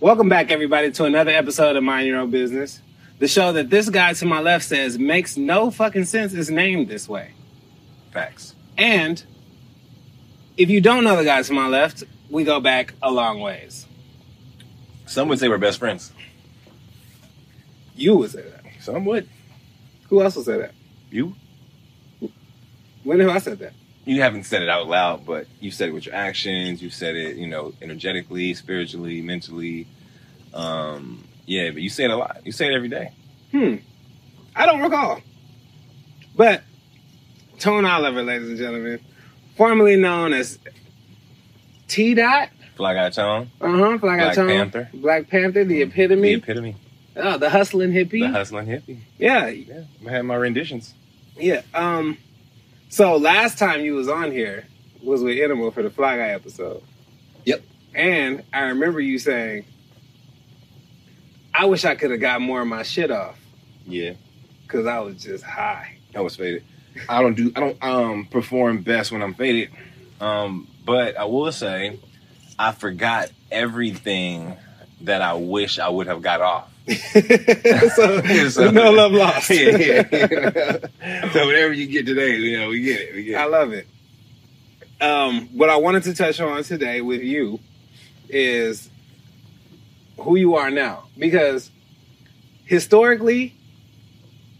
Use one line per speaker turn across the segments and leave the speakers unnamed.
Welcome back, everybody, to another episode of Mind Your Own Business. The show that this guy to my left says makes no fucking sense is named this way.
Facts.
And if you don't know the guy to my left, we go back a long ways.
Some would say we're best friends.
You would say that.
Some would.
Who else would say that?
You
When have I said that?
you haven't said it out loud, but you said it with your actions. You said it, you know, energetically, spiritually, mentally. Um, yeah, but you say it a lot. You say it every day.
Hmm. I don't recall. But Tone Oliver, ladies and gentlemen, formerly known as T Dot.
Fly guy tone,
Uh huh. Black,
Black
Tone.
Panther. Mm-hmm.
Black Panther, the
the
epitome.
epitome,
oh, the hustling hippie.
the hustling hippie.
yeah,
Yeah, I had my renditions.
yeah. Um, so last time you was on here was with Animal for the Fly Guy episode.
Yep.
And I remember you saying, "I wish I could have got more of my shit off
Yeah,
because I was just high."
I was faded. I don't do. I don't um perform best when I'm faded. Um, but I will say, I forgot everything that I wish I would have got off.
so,
So-
no love lost.
yeah, yeah. so whatever you get today, you know, we get it. We get it.
I love it. Um, what I wanted to touch on today with you is who you are now, because historically,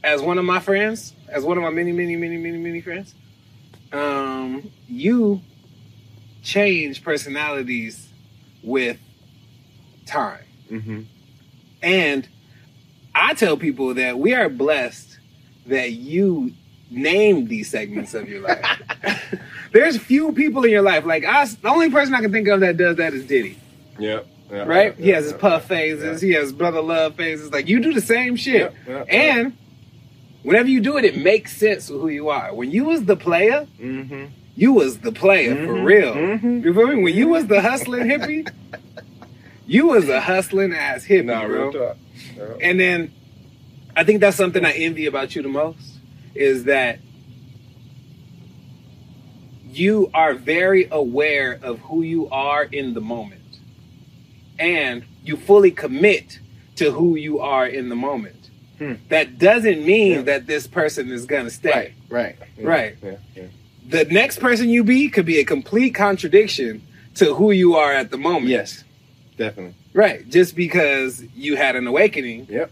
as one of my friends, as one of my many, many, many, many, many friends, um, you change personalities with time.
Mm-hmm.
And I tell people that we are blessed that you named these segments of your life. There's few people in your life. Like I, the only person I can think of that does that is Diddy,
Yep. Yeah,
right?
yeah,
he has his
yeah,
puff
yeah,
phases. He has brother love phases. Like you do the same
yeah,
shit.
yeah, yeah.
And whenever you do it, it makes sense with who you are. When you was the player,
Mhm.
you was the player for
Mhm,
real.
mhm.
You feel me? When you was the hustling hippie, you was a hustling ass hippie,
Nah,
bro.
real talk. Yeah.
And then I think that's something I envy about you the most is that you are very aware of who you are in the moment. And you fully commit to who you are in the moment.
Hmm.
That doesn't mean
Yeah.
that this person is going to stay.
Right. Right. yeah,
Right.
Yeah, yeah.
The next person you be could be a complete contradiction to who you are at the moment.
Yes. Definitely.
Right. Just because you had an awakening
Yep.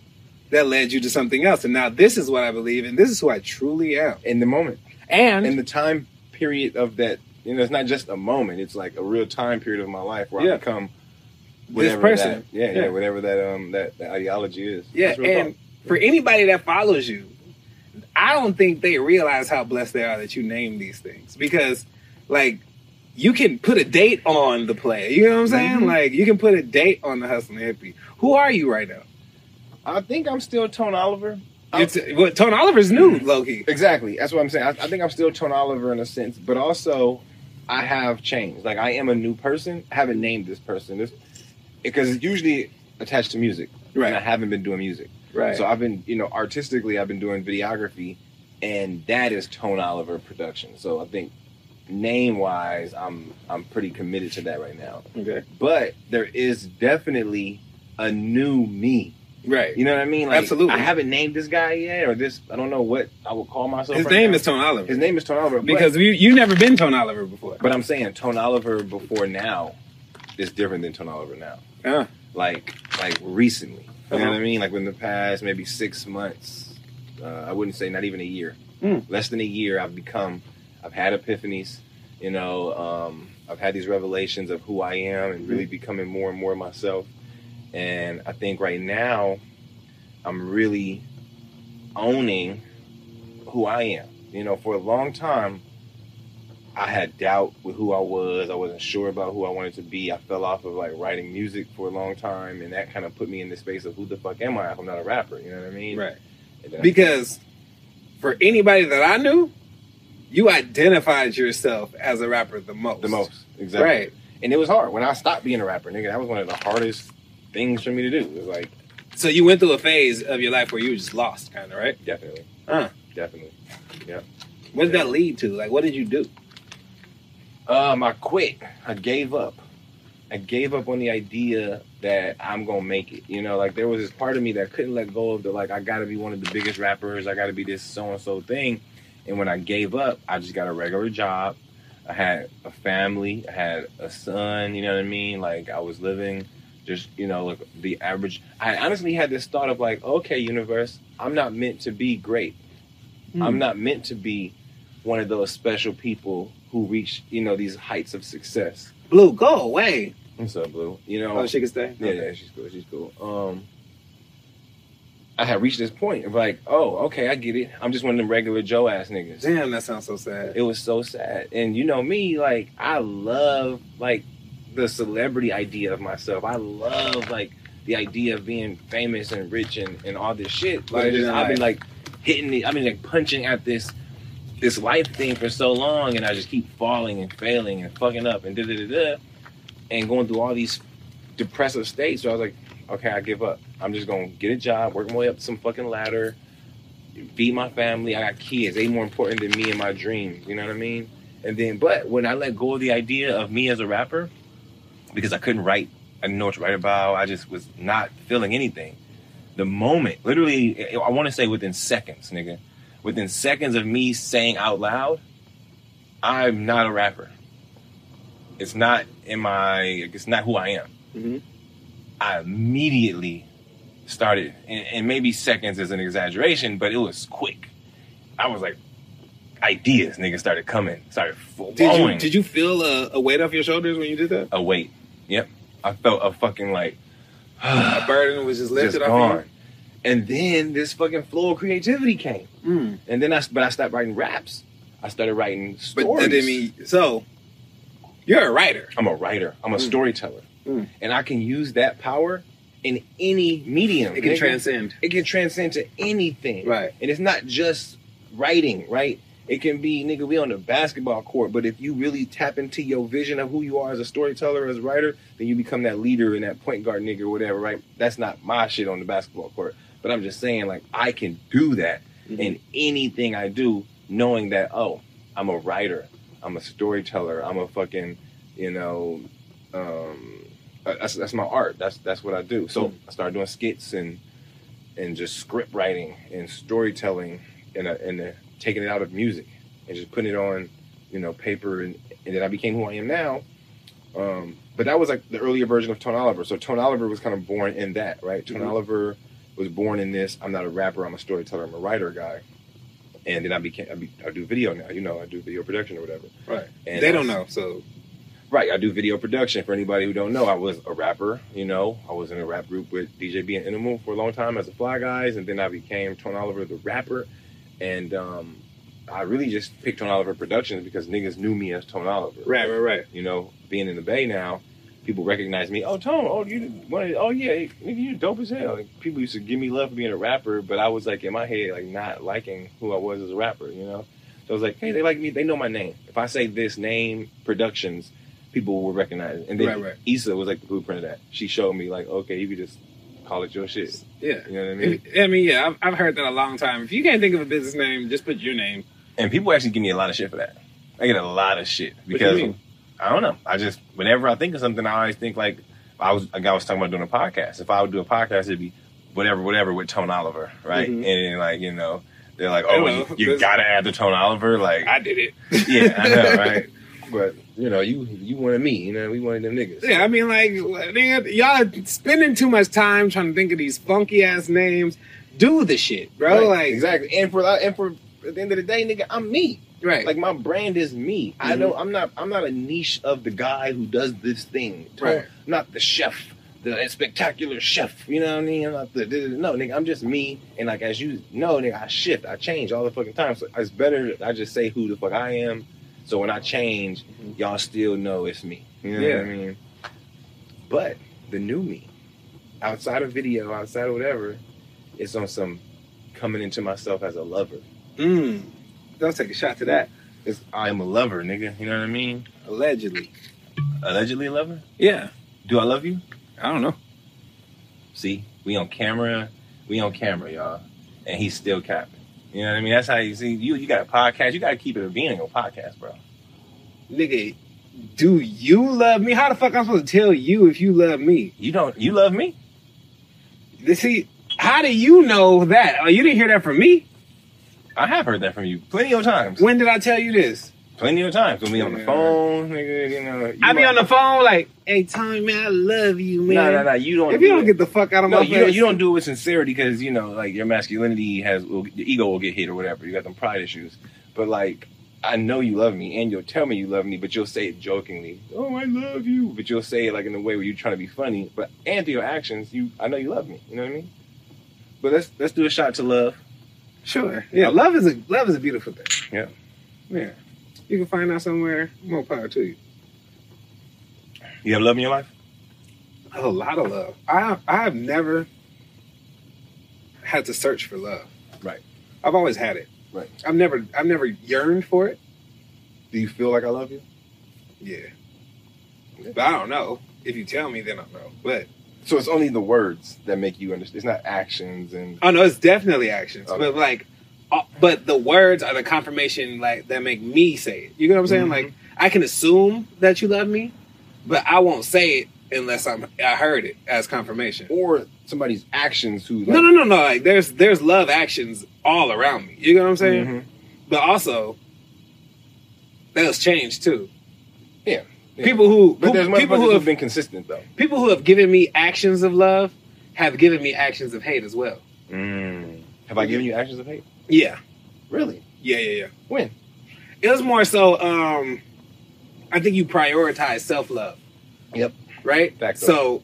that led you to something else. And now this is what I believe and this is who I truly am.
In the moment,
And
in the time period of that, you know, it's not just a moment. It's like a real time period of my life where
Yeah.
I become
This
whatever
person.
That, yeah, yeah,
Yeah.
Whatever that um that, that ideology is.
yeah,
That's real
and for anybody that follows you, I don't think they realize how blessed they are that you name these things because like you can put a date on the play. You know what I'm saying?
Mhm.
Like you can put a date on the hustling hippie. Who are you right now?
talk. I think I'm still Tone Oliver. I'm-
It's well, Tone Oliver's new, Loki.
Exactly. That's what I'm saying. I, I think I'm still Tone Oliver in a sense, but also I have changed. Like I am a new person. I haven't named this person. This because it's usually attached to music, and I
Right,
haven't been doing music.
right.
So I've been, you know, artistically, I've been doing videography, and that is Tone Oliver production. So I think name wise, I'm I'm pretty committed to that right now.
okay.
But there is definitely a new me.
Right.
You know what I mean? Like,
Absolutely.
I haven't named this guy yet, or this. I don't know what I would call myself.
His
right
name
now.
is Tone Oliver.
His name is Tone Oliver.
because
Because,
you you've never been Tone Oliver before.
but I'm saying Tone Oliver before now is different than Tone Oliver now.
Uh,
Like, like recently. You know
Uh-huh.
what I mean? Like within the past maybe six months. Uh, I wouldn't say not even a year.
Mm.
Less than a year. I've become. I've had epiphanies. You know. Um, I've had these revelations of who I am and really becoming more and more myself. And I think right now, I'm really owning who I am. You know, for a long time, I had doubt with who I was. I wasn't sure about who I wanted to be. I fell off of like writing music for a long time, and that kind of put me in the space of who the fuck am I if I'm not a rapper? You know what I mean?
right.
And then I-
Because for anybody that I knew, you identified yourself as a rapper the most.
the most exactly.
Right.
And it was hard when I stopped being a rapper, nigga. That was one of the hardest things for me to do. It was like
So you went through a phase of your life where you were just lost, kind of, right?
definitely,
Huh.
definitely.
What did
Yeah.
that lead to? Like, what did you do?
Um, I quit. I gave up. I gave up on the idea that I'm gonna make it. You know, like there was this part of me that couldn't let go of the like I gotta be one of the biggest rappers, I gotta be this so and so thing. And when I gave up, I just got a regular job. I had a family, I had a son, you know what I mean? Like I was living just, you know, like the average I honestly had this thought of like, okay, universe, I'm not meant to be great.
Mm.
I'm not meant to be one of those special people who reach, you know, these heights of success.
Blue, go away.
What's up, Blue? You know,
Oh, she can stay.
yeah, yeah, she's cool. She's cool. Um, I had reached this point of like, oh, okay, I get it. I'm just one of them regular Joe ass niggas.
Damn, that sounds so sad.
It was so sad, and you know me, like I love like the celebrity idea of myself. I love like the idea of being famous and rich and, and all this shit.
But it
Like just,
didn't
I've been like hitting the, I've been like punching at this this life thing for so long, and I just keep falling and failing and fucking up and da da da da, and going through all these depressive states. So I was like, okay, I give up. I'm just gonna get a job, work my way up some fucking ladder, feed my family. I got kids; they more important than me and my dreams. You know what I mean? And then, but when I let go of the idea of me as a rapper, because I couldn't write, I didn't know what to write about. I just was not feeling anything. The moment, literally, I want to say within seconds, nigga, within seconds of me saying out loud, I'm not a rapper. It's not in my. It's not who I am.
Mhm.
I immediately started, and, and maybe seconds is an exaggeration, but it was quick. I was like, ideas, nigga, started coming, started flowing.
Did you did you feel a, a weight off your shoulders when you did that?
a weight. Yep, I felt a fucking like
A burden was just lifted
just
off
gone. And then this fucking flow of creativity came,
you. Mm.
and then I but I stopped writing raps. I started writing
But
stories.
that didn't mean so. You're a writer.
I'm a writer. I'm a
Mm.
storyteller,
Mm.
and I can use that power in any medium.
It can
nigga.
transcend.
It can transcend to anything.
Right.
And it's not just writing, right? It can be, nigga, we on the basketball court, but if you really tap into your vision of who you are as a storyteller, as a writer, then you become that leader and that point guard nigga or whatever, right? That's not my shit on the basketball court. But I'm just saying, like, I can do that in anything I do, knowing that, oh, I'm a writer, I'm a storyteller, I'm a fucking, you know, um, uh, that's, that's my art. That's that's what I do. So I started doing skits and and just script writing and storytelling and uh, and uh, taking it out of music and just putting it on, you know, paper and and then I became who I am now. Um, but that was like the earlier version of Tone Oliver. So Tone Oliver was kind of born in that, right? Tone
Mhm.
Oliver was born in this. I'm not a rapper. I'm a storyteller. I'm a writer guy. And then I became I, be, I do video now. You know, I do video production or whatever.
Right.
And
they
I
don't
was-
know. So
Right, I do video production. For anybody who don't know, I was a rapper. You know, I was in a rap group with DJ B and Animal for a long time as the Fly Guys, and then I became Tone Oliver the rapper. And um, I really just picked Tone Oliver Productions because niggas knew me as Tone Oliver.
right, right, right.
You know, being in the Bay now, people recognize me. Oh, Tone. Oh, you. One of, oh, yeah. Nigga, you dope as hell. Like, people used to give me love for being a rapper, but I was like in my head, like not liking who I was as a rapper. You know, so I was like, hey, they like me. They know my name. If I say this name, Productions, people will recognize it. And then
Right, right.
Issa was like the blueprint of that. She showed me like, okay, you could just call it your shit.
Yeah.
You know what I mean?
If- I mean, yeah, I've, I've heard that a long time. If you can't think of a business name, just put your name.
And people actually give me a lot of shit for that. I get a lot of shit
you
because
mean?
I don't know. I just whenever I think of something, I always think like I was like I was talking about doing a podcast. If I would do a podcast, it'd be whatever, whatever with Tone Oliver, right?
Mhm.
And then like you know, they're like, oh,
Hello,
you, you
this-
gotta add the Tone Oliver, like
I did it.
yeah, I know, right? But you know, you you wanted me, you know, we wanted them niggas.
Yeah, I mean, like, nigga, y'all spending too much time trying to think of these funky ass names. Do the shit, bro.
Right,
like,
exactly. And for uh, and for at the end of the day, nigga, I'm me.
right,
Like my brand is me. I
Mhm.
don't. I'm not. I'm not a niche of the guy who does this thing.
Right.
I'm not the chef, the spectacular chef. You know what I mean? I'm not the no nigga. I'm just me. And like as you know, nigga, I shift. I change all the fucking time. So it's better. that I just say who the fuck I am. So when I change,
Mhm.
y'all still know it's me. You know
Yeah.
what I mean? But the new me, outside of video, outside of whatever, it's on some coming into myself as a lover.
mm. don't take a shot to that.
It's, I am a lover, nigga. You know what I mean?
Allegedly,
Allegedly a lover.
yeah.
Do I love you?
I don't know.
See, we on camera. We on camera, y'all. And he's still capping. You know what I mean? That's how you see you. You got a podcast. You got to keep it a being on your podcast, bro.
Nigga, do you love me? How the fuck I'm supposed to tell you if you love me?
You don't. You love me.
See, how do you know that? Oh, you didn't hear that from me.
I have heard that from you plenty of times.
When did I tell you this?
Plenty of times when we on the
Yeah.
phone, nigga. You know. You
I be
might-
on the phone like, "Hey, Tommy, man, I love you, man."
No, no, no. You don't.
If you don't
it.
get the fuck out of
no,
my
you
face,
don't, you don't do it with sincerity because you know, like your masculinity has will, your ego will get hit or whatever. You got them pride issues, but like I know you love me and you'll tell me you love me, but you'll say it jokingly. Oh, I love you, but you'll say it like in a way where you're trying to be funny. But and through your actions, you I know you love me. You know what I mean? But let's let's do a shot to love.
Sure. Yeah, love is a love is a beautiful thing.
Yeah.
Yeah. You can find out somewhere. More power to you.
You have love in your life?
A lot of love. I I have never had to search for love.
Right.
I've always had it.
Right.
I've never I've never yearned for it.
Do you feel like I love you?
Yeah. But I don't know. If you tell me, then I'll know. But
So it's only the words that make you understand. It's not actions and
oh no, it's definitely actions.
Okay.
But like, uh, but the words are the confirmation like that make me say it. You get what I'm saying?
Mhm.
Like I can assume that you love me, but I won't say it unless I'm I heard it as confirmation.
or somebody's actions who like,
No, no, no, no. Like there's there's love actions all around me. You get what I'm saying?
Mhm.
But also, that's changed too.
Yeah, yeah.
People who,
But there's
who people
people
who
who've
have
been consistent though.
people who have given me actions of love have given me actions of hate as well.
Mm. Have I given you actions of hate?
Yeah,
Really?
yeah, yeah, yeah.
When?
It was more so. um I think you prioritize self love.
Yep.
Right.
Facts.
So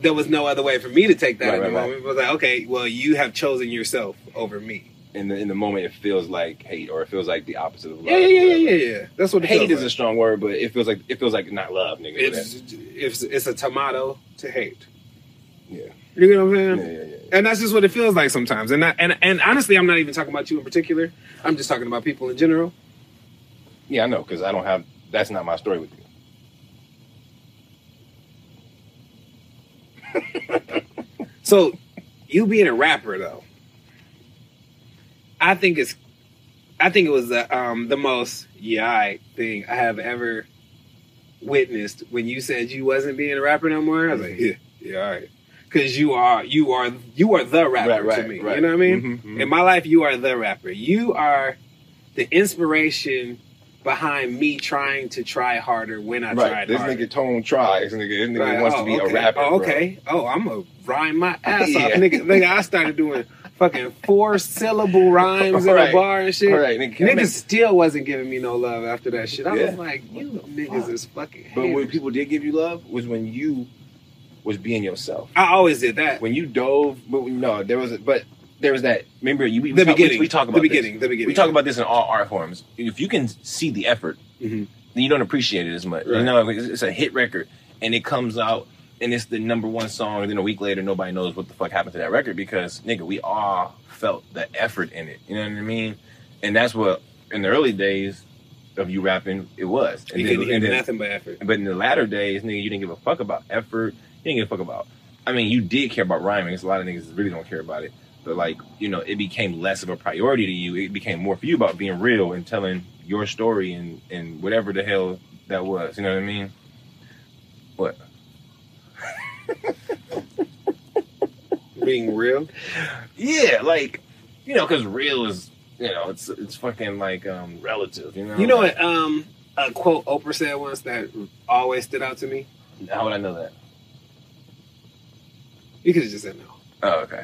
there was no other way for me to take that
Right,
at the
right, right.
moment. It was like, okay, well, you have chosen yourself over me.
In the in the moment, it feels like hate, or it feels like the opposite of love.
Yeah, yeah, yeah, yeah, yeah. yeah. That's what it
Hate
feels
is
like.
a strong word, but it feels like it feels like not love, nigga.
It's, it's it's a tomato to hate.
Yeah.
You know what
yeah,
I'm saying?
yeah, yeah, yeah.
And that's just what it feels like sometimes. And I, and and honestly, I'm not even talking about you in particular. I'm just talking about people in general.
Yeah, I know, because I don't have. That's not my story with you.
So, you being a rapper though, I think it's, I think it was the um the most yeah I thing I have ever witnessed when you said you wasn't being a rapper no more. I was like, yeah, yeah, all right, because you are you are you are the rapper to me. You know what I mean?
Mhm, mhm.
In my life, you are the rapper. You are the inspiration behind me trying to try harder when I
right.
tried
This
harder.
nigga tone tries. This nigga, this nigga
Right.
wants
Oh,
to be
okay.
a rapper.
Oh,
bro.
okay. Oh, I'm gonna rhyme my ass off,
Yeah.
nigga. Nigga, I started doing fucking four syllable rhymes in a
Right.
bar and shit.
All right, nigga. can I
Niggas still wasn't giving me no love after that shit. I
Yeah.
was like, you niggas is fucking.
make- But when
haters.
people did give you love, was when you was being yourself.
I always did that.
When you dove, but we- no, there was, a, but there was that. Remember, you we,
The
talk- we-
beginning.
We, talk about
the
this.
beginning. The beginning.
We talk about this in all art forms. If you can see the effort,
Mhm.
then you don't appreciate it as much. You
Right.
know, it's, it's a hit record, and it comes out, and it's the number one song. And then a week later, nobody knows what the fuck happened to that record because nigga, we all felt the effort in it. You know what I mean? And that's what in the early days of you rapping, it was. And
You
then-
can hear
and then-
nothing but effort.
but in the latter days, nigga, you didn't give a fuck about effort. You didn't give a fuck about. I mean, you did care about rhyming. It's a lot of niggas that really don't care about it. But like, you know, it became less of a priority to you. It became more for you about being real and telling your story and and whatever the hell that was. You know what I mean? What?
Being real.
Yeah, like, you know, because real is, you know, it's it's fucking like um relative. You know.
You know what? Um, a quote Oprah said once that always stood out to me.
How would I know that?
You could have just said no.
Oh, okay.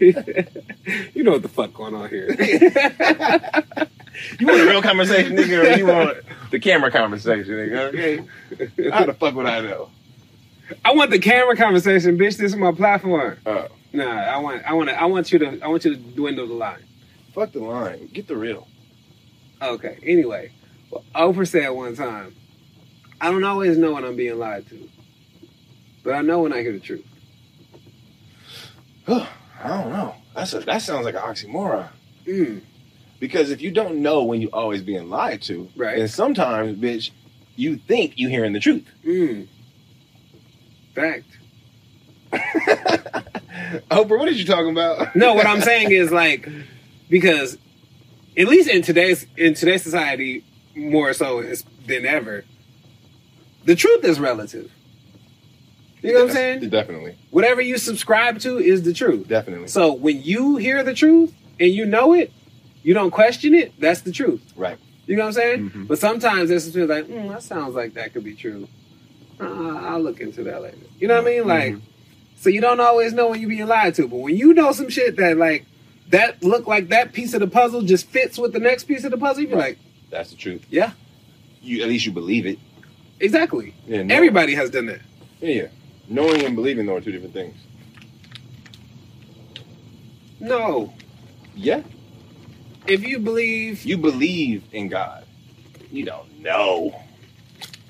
you know what the fuck going on here.
You want a real conversation, nigga, or you want the camera conversation, nigga? Okay. How the fuck would I know?
I want the camera conversation, bitch. This is my platform.
Oh.
Nah, I want, I want, to, I want you to, I want you to dwindle the line.
Fuck the line. Get the real.
Okay. Anyway, well, Oprah said one time, I don't always know when I'm being lied to, but I know when I hear the truth.
I don't know. That's a, that sounds like an oxymoron.
Mm.
Because if you don't know when you always being lied to,
Right.
and sometimes, bitch, you think you hearing the truth.
Mm. Fact.
Oprah, what are you talking about?
No, what I'm saying is like because at least in today's in today's society, more so is- than ever, the truth is relative. You know what I'm saying?
Definitely,
Whatever you subscribe to is the truth.
definitely.
So when you hear the truth and you know it, you don't question it. That's the truth.
Right.
You know what I'm saying?
Mhm.
But sometimes there's some people like, mm, that sounds like that could be true. Uh, I'll look into that later. You know what I mean? Like,
Mhm.
so you don't always know when you're being lied to, but when you know some shit that like that look like that piece of the puzzle just fits with the next piece of the puzzle, you be like,
That's the truth.
yeah,
You at least you believe it.
exactly.
Yeah. know-
Everybody has done that.
Yeah, yeah. Knowing and believing though are two different things.
No,
Yeah.
if you believe,
You believe in God. You don't know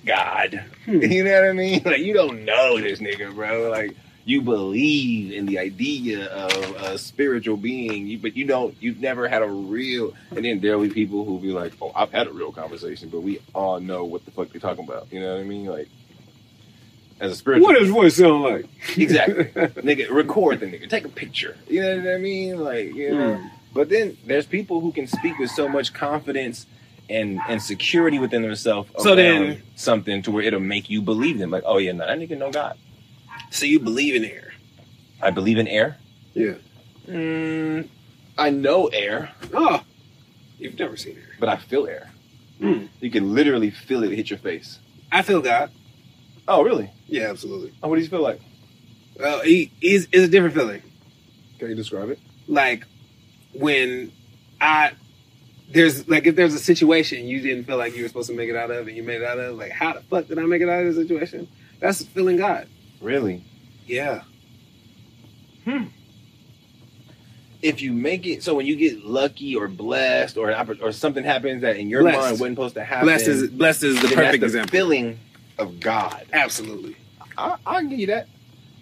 God.
Hmm.
You know what I mean? Like you don't know this nigga, bro. Like you believe in the idea of a spiritual being, you, but you don't. You've never had a real. And then there'll be people who be like, "Oh, I've had a real conversation," but we all know what the fuck they're talking about. You know what I mean? Like as a spiritual,
what does voice sound like?
exactly, nigga. Record the nigga. Take a picture. You know what I mean? Like you know.
Hmm.
But then there's people who can speak with so much confidence and and security within themselves
So
around
then-
something to where it'll make you believe them. Like, oh yeah, no, that nigga know God.
So you believe in air?
I believe in air.
Yeah.
Mm, I know air,
Oh, you've never seen air.
but I feel air.
Hmm.
You can literally feel it hit your face.
I feel God.
Oh really?
Yeah, absolutely.
Oh, what do you feel like?
Well, he is is a different feeling.
Can you describe it?
Like when I there's like if there's a situation you didn't feel like you were supposed to make it out of and you made it out of, like how the fuck did I make it out of this situation? That's feeling God.
Really?
Yeah.
If you make it, so when you get lucky or blessed or an oppor- or something happens that in your
Blessed.
mind wasn't supposed to happen,
Blessed is blessed is the
then that's
perfect
the
example.
feeling of God.
Absolutely.
I, I can give you that.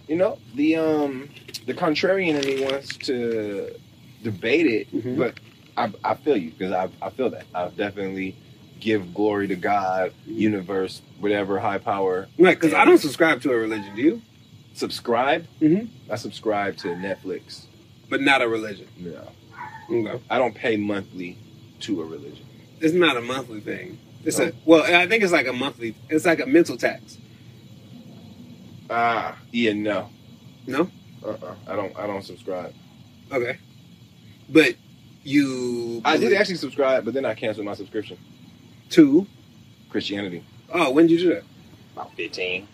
You know, the um the contrarian in me wants to debate it,
Mhm.
but I, I feel you because I, I feel that I definitely give glory to God,
Mm-hmm.
universe, whatever high power.
Right, because I don't subscribe to a religion, do you?
Subscribe.
Mhm.
I subscribe to Netflix.
But not a religion.
No,
Okay.
I don't pay monthly to a religion.
It's not a monthly thing. It's a well, I think it's like a monthly it's like a mental tax.
Ah, yeah, no,
No?
uh,
Uh-uh.
uh I don't, I don't subscribe.
Okay. But you
I did actually subscribe, but then I canceled my subscription.
two.
Christianity.
Oh, when did you do that?
About fifteen.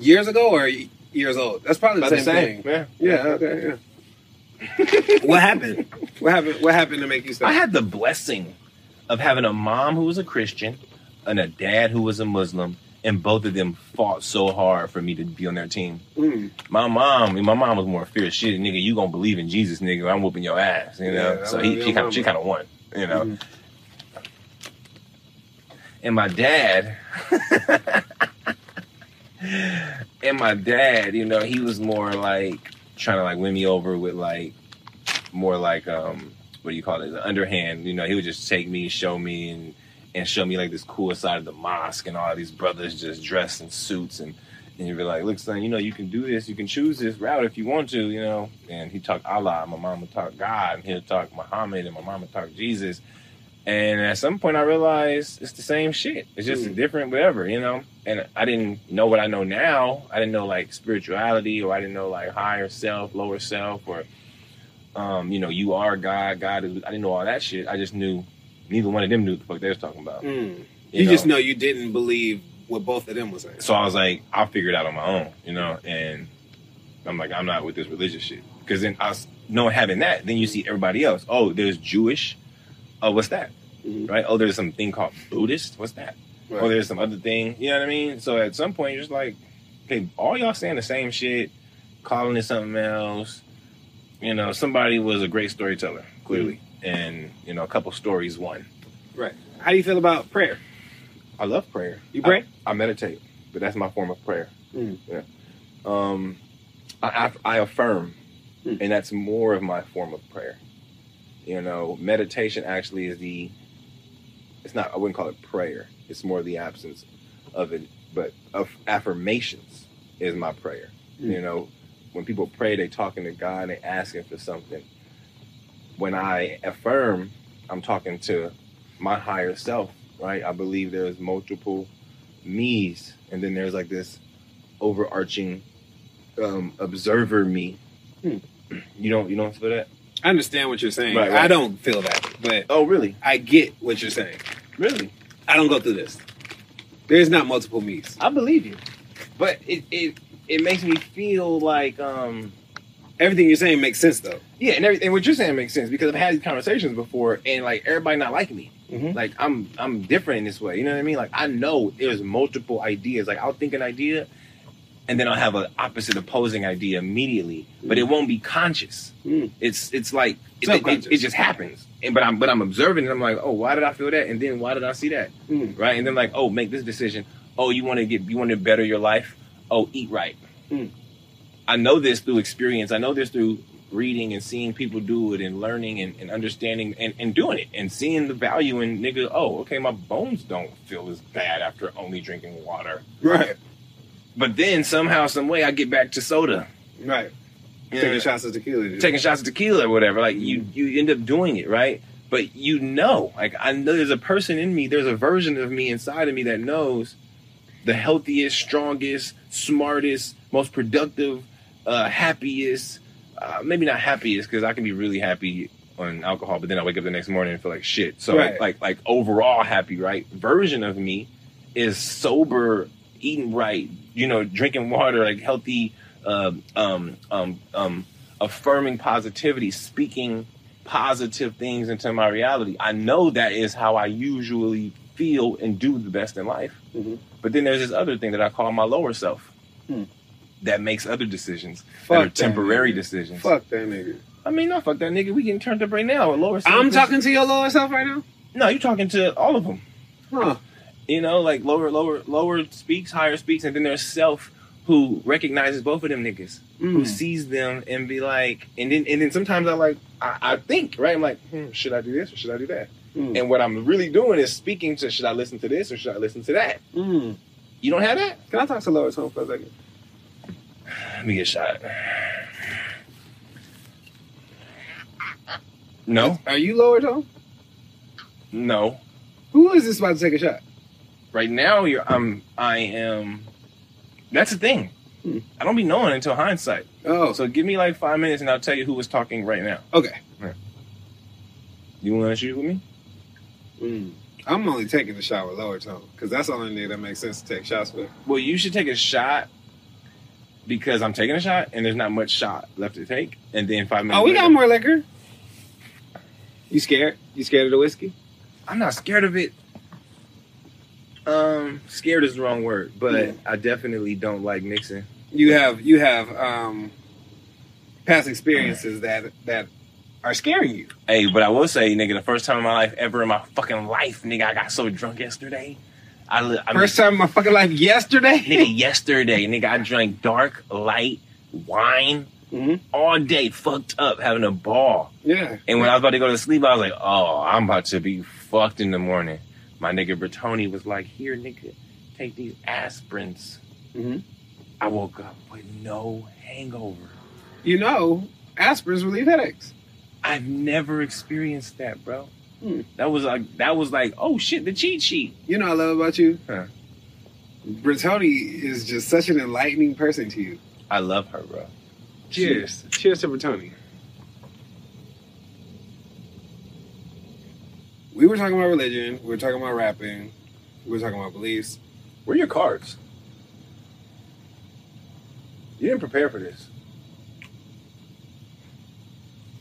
Years ago or y- years old? That's probably the
About the
same,
same,
thing.
man.
Yeah. Okay. Yeah. what happened? What happened? What happened to make you
I
stop?
had the blessing of having a mom who was a Christian and a dad who was a Muslim, and both of them fought so hard for me to be on their team.
Mm.
My mom, my mom was more fierce. Shit, nigga, you gonna believe in Jesus, nigga? or I'm whooping your ass, you know.
Yeah,
so
I
he,
love
she
your
kind of, she
mama.
kind of won, you know.
Mhm.
And my dad, and my dad, you know, he was more like trying to like win me over with like more like um what do you call it? The underhand. You know, he would just take me, show me, and and show me like this cool side of the mosque, and all these brothers just dressed in suits, and and you'd be like, look, son, you know, you can do this, you can choose this route if you want to, you know. And he talked Allah, and my mom would talk God, and he'd talk Muhammad, and my mom would talk Jesus. And at some point, I realized it's the same shit. It's just a
Mm.
different whatever, you know. And I didn't know what I know now. I didn't know like spirituality, or I didn't know like higher self, lower self, or um, you know, you are God, God is. I didn't know all that shit. I just knew neither one of them knew what the fuck they was talking about.
Mm.
You
You, just
know?
know you didn't believe what both of them were saying.
So I was like, I'll figure it out on my own, you know. And I'm like, I'm not with this religious shit because then I was no having that. Then you see everybody else. Oh, there's Jewish. Oh, what's that?
Mhm.
Right. Oh, there's some thing called Buddhist. What's that?
Right.
Or Oh, there's some other thing. You know what I mean? So at some point, you're just like, okay, all y'all saying the same shit, calling it something else. You know, somebody was a great storyteller, clearly.
Mm-hmm.
And, you know, a couple stories won.
right. How do you feel about prayer?
I love prayer.
You pray?
I, I meditate, but that's my form of prayer.
Mm.
Yeah. Um, I, I, I affirm,
Mm.
and that's more of my form of prayer. You know, meditation actually is the. It's not. I wouldn't call it prayer. It's more the absence of it, but of affirmations is my prayer.
Mm.
You know, when people pray, they talking to God, they asking for something. When I affirm, I'm talking to my higher self, right? I believe there's multiple me's, and then there's like this overarching um, observer me.
Hmm.
You don't you don't feel that?
I understand what you're saying.
Right, right.
I don't feel that, but
Oh, really?
I get what you're saying.
Really?
I don't go through this. There's not multiple me's.
I believe you, but it it it makes me feel like um.
Everything you're saying makes sense though.
Yeah, and everything what you're saying makes sense because I've had these conversations before, and like everybody not like me.
Mhm.
Like I'm I'm different in this way. You know what I mean? Like I know there's multiple ideas. Like I'll think an idea, and then I'll have an opposite opposing idea immediately, but it won't be conscious.
Mm.
It's it's like it, it,
Subconscious.
it just happens. And but I'm but I'm observing, and I'm like, oh, why did I feel that? And then why did I see that?
Mm.
Right? And then like, oh, make this decision. Oh, you want to get you want to better your life. Oh, eat right.
Mm.
I know this through experience. I know this through reading and seeing people do it and learning and, and understanding and, and doing it and seeing the value in nigga, oh, okay, my bones don't feel as bad after only drinking water.
Right.
But then somehow, some way I get back to soda.
Right.
You know,
Taking shots of tequila.
taking shots of tequila or whatever. Like you you end up doing it, right? But you know, like I know there's a person in me, there's a version of me inside of me that knows the healthiest, strongest, smartest, most productive, uh, happiest, uh, maybe not happiest because I can be really happy on alcohol, but then I wake up the next morning and feel like shit. So
Right.
like like overall happy, right? Version of me is sober, eating right, you know, drinking water, like healthy, um, um, um, um, affirming positivity, speaking positive things into my reality. I know that is how I usually feel and do the best in life.
Mhm.
But then there's this other thing that I call my lower self
Hmm.
that makes other decisions
Fuck
that are
that
temporary
nigga.
decisions.
Fuck that nigga.
I mean, no, fuck that nigga. We getting turned up right now. A lower self.
I'm
is-
talking to your lower self right now?
No, you're talking to all of them.
Huh.
You know, like lower, lower, lower speaks, higher speaks, and then there's self who recognizes both of them niggas, who
Mm.
sees them and be like, and then and then sometimes I like I, I think right, I'm like, hmm, should I do this or should I do that?
Mm.
And what I'm really doing is speaking to, should I listen to this or should I listen to that?
Mm.
You don't have that?
Can I talk to lower self for a second?
Let me get a shot. No,
Are you lower self?
no.
Who is this about to take a shot?
Right now, you're I'm I am. That's the thing.
Hmm.
I don't be knowing until hindsight.
Oh,
So give me like five minutes and I'll tell you who was talking right now.
okay.
You want to shoot with me?
Mm. I'm only taking the shot with lower tone because that's the only nigga that makes sense to take shots with.
Well, you should take a shot because I'm taking a shot and there's not much shot left to take. And then five minutes.
Oh, we
later-
got more liquor. You scared? You scared of the whiskey?
I'm not scared of it. Um, scared is the wrong word, but
Yeah.
I definitely don't like mixing.
You have you have um, past experiences that that are scaring you.
Hey, but I will say, nigga, the first time in my life ever in my fucking life, nigga, I got so drunk yesterday. I, li- I mean,
First time in my fucking life yesterday.
nigga, yesterday, nigga, I drank dark, light wine
Mhm.
all day, fucked up, having a ball.
Yeah.
And when I was about to go to sleep, I was like, oh, I'm about to be fucked in the morning. My nigga Bertoni was like, here, nigga, take these aspirins. Mm-hmm.
Mhm.
I woke up with no hangover.
You know, aspirins relieve headaches.
I've never experienced that, bro.
Hmm.
That was like that was like, oh shit, the cheat sheet.
You know, what I love about you.
Huh.
Bertoni is just such an enlightening person to you.
I love her, bro.
Cheers. Cheers to Bertoni. We were talking about religion. We were talking about rapping. We were talking about beliefs.
Where are your cards? You didn't prepare for this.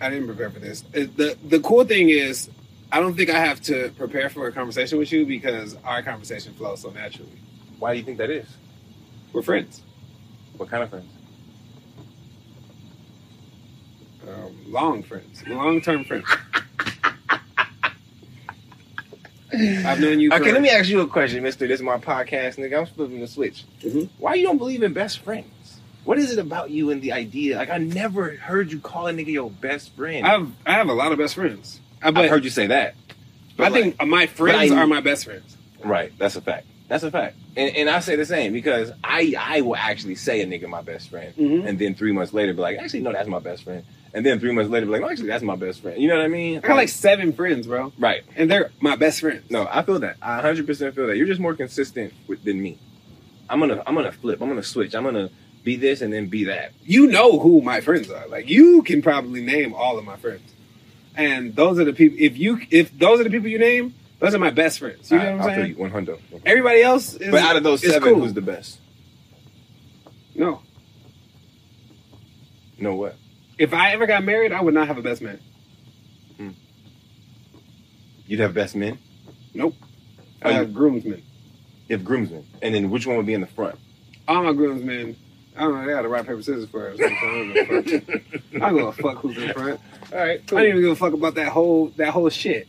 I didn't prepare for this. Uh, The the cool thing is, I don't think I have to prepare for a conversation with you because our conversation flows so naturally.
Why do you think that is?
We're friends.
What kind of friends?
Um, long friends. Long term friends. I've known you. For,
Okay, let me ask you a question, Mister. This is my podcast, nigga. I'm flipping the switch.
Mhm.
Why you don't believe in best friends? What is it about you and the idea? Like I never heard you call a nigga your best friend. I've,
I've I have a lot of best friends. I, but
heard you say that.
I
But
think my friends
but I-
are my best friends.
right. That's a fact. That's a fact. and, and I say the same because I I will actually say a nigga my best friend,
Mhm.
and then three months later be like, actually no, that's my best friend, and then three months later be like, no, actually that's my best friend. You know what I mean?
I got like seven friends, bro,
right.
and they're my best friends.
No, I feel that. I 100% feel that. You're just more consistent with, than me. I'm gonna I'm gonna flip. I'm gonna switch. I'm gonna be this and then be that.
you know who my friends are. Like you can probably name all of my friends, and those are the people. If you if those are the people you name, those are my best friends. You know what
I,
I'm
I feel
saying?
you 100.
Everybody else is.
But out of those
is
seven,
cool.
who's the best?
no.
No what?
If I ever got married, I would not have a best man.
You'd have best men.
Nope.
Oh,
I
you-
have groomsmen.
If groomsmen, and then which one would be in the front?
All my groomsmen. I don't know. They got a rock paper scissors for us. I don't give a fuck. I don't give a fuck who's in front.
All right,
I don't even give a fuck about that whole that whole shit.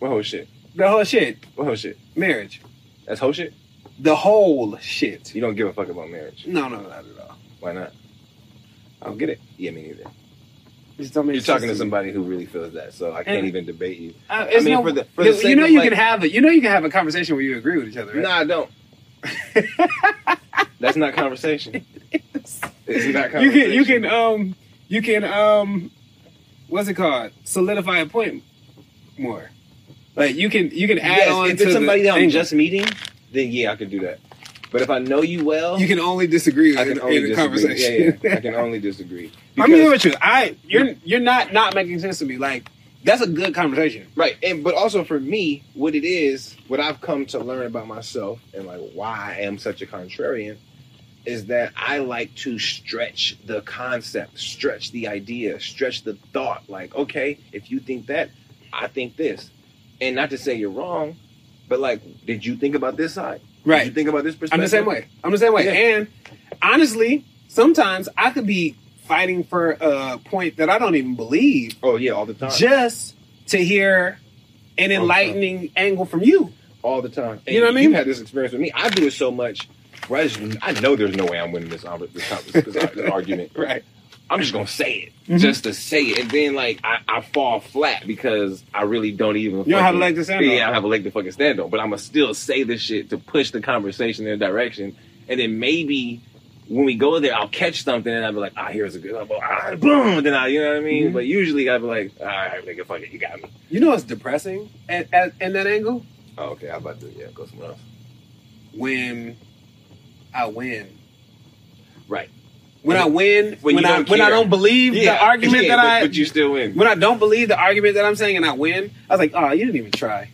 What whole shit?
The whole shit.
What whole shit?
Marriage.
That's whole shit.
The whole shit.
You don't give a fuck about marriage.
No, no, not at all.
Why not?
I don't get it.
Yeah, me neither.
Just tell me
You're
it's
talking to
just-
somebody who really feels that, so I can't
And-
even debate you.
Uh,
I
it's
mean,
no-
for the- for the
you- you
sake
know
of,
you
like-
can have it. You know you can have a conversation where you agree with each other. Right?
No, I don't. That's not conversation. It's not
you
conversation.
can you can um you can um what's it called solidify a point more. Like you can you can add
Yes,
on
if
to
it's somebody
the
that I'm
angle.
just meeting, then yeah, I could do that. But if I know you well,
you can only disagree with
I can
in,
only
in a
disagree.
conversation.
Yeah, yeah. I can only disagree.
I'm here
Because-
with you. I you're you're not not making sense to me. Like that's a good conversation.
Right, and but also for me, what it is, what I've come to learn about myself, and like why I am such a contrarian, is that I like to stretch the concept, stretch the idea, stretch the thought. Like, okay, if you think that, I think this, and not to say you're wrong, but like, did you think about this side? Did you
Right.
think about this perspective?
I'm the same way. I'm the same way.
Yeah.
And honestly, sometimes I could be fighting for a point that I don't even believe.
Oh yeah, all the time.
just to hear an enlightening angle from you.
all the time.
You know what I mean?
You had this experience with me. I do it so much. Where I, just, I know there's no way I'm winning this, ar- this, con- this, this argument.
Right. Mm-hmm.
I'm just gonna say it, just to say it, and then like I, I fall flat because I really don't even.
don't have a leg to stand on.
Yeah, I don't have a leg to fucking stand on, but I'm gonna still say this shit to push the conversation in a direction, and then maybe when we go there, I'll catch something, and I'll be like, ah, here's a good, I'll go, ah, boom, and then I, you know what I mean.
Mhm.
But usually I'll be like, all right, nigga, fuck it, you got me.
You know what's depressing at, at, in that angle?
Oh, okay, I'm about to yeah go somewhere else.
When I win.
Right.
When I win,
When
when,
you
I
don't
when I
care.
don't believe the argument
yeah,
that
but,
I
but you still win.
when I don't believe the argument that I'm saying and I win, I was like, oh, you didn't even try.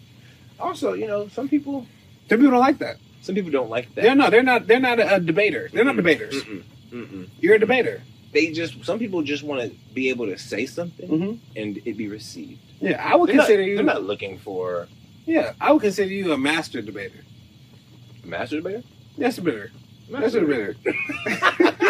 also, you know, some people
Some people don't like that.
some people don't like that.
They're no, they're not. They're not a, a debater. They're not
Mm-mm.
debaters.
Mm-mm. Mm-mm.
You're a debater.
They just some people just want to be able to say something
hmm
and it be received.
Yeah, I would
Mm-hmm. They're not,
consider
they're
you.
not looking for
Yeah, I would consider you a master debater.
a master debater.
Yes, debater. That's what it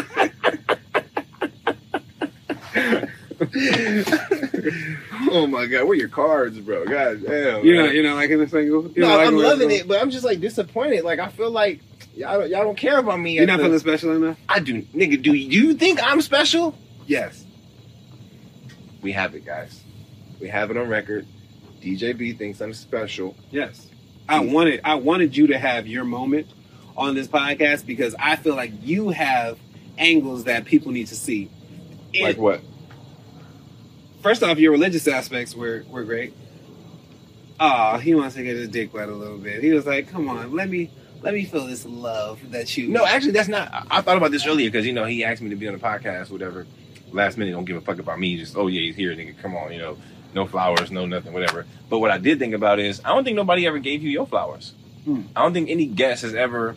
oh my god, where are your cards, bro? God damn.
You know,
man.
you know, like in the single. You
no,
know, like
I'm
when-
loving it, but I'm just like disappointed. Like I feel like y'all, don't- y'all don't care about me.
You're
at
not
the-
feeling special enough.
I do, nigga. Do you think I'm special?
Yes.
We have it, guys. We have it on record. DJ B thinks I'm special.
Yes. I wanted I wanted you to have your moment on this podcast because I feel like you have angles that people need to see. It-
Like what?
first off, your religious aspects were were great. Ah, he wants to get his dick wet a little bit. He was like, "Come on, let me let me feel this love that you."
No, actually, that's not. I- I thought about this earlier because you know he asked me to be on the podcast, whatever. Last minute, don't give a fuck about me. Just oh yeah, he's here, nigga. Come on, you know, no flowers, no nothing, whatever. But what I did think about is I don't think nobody ever gave you your flowers.
Hmm.
I don't think any guest has ever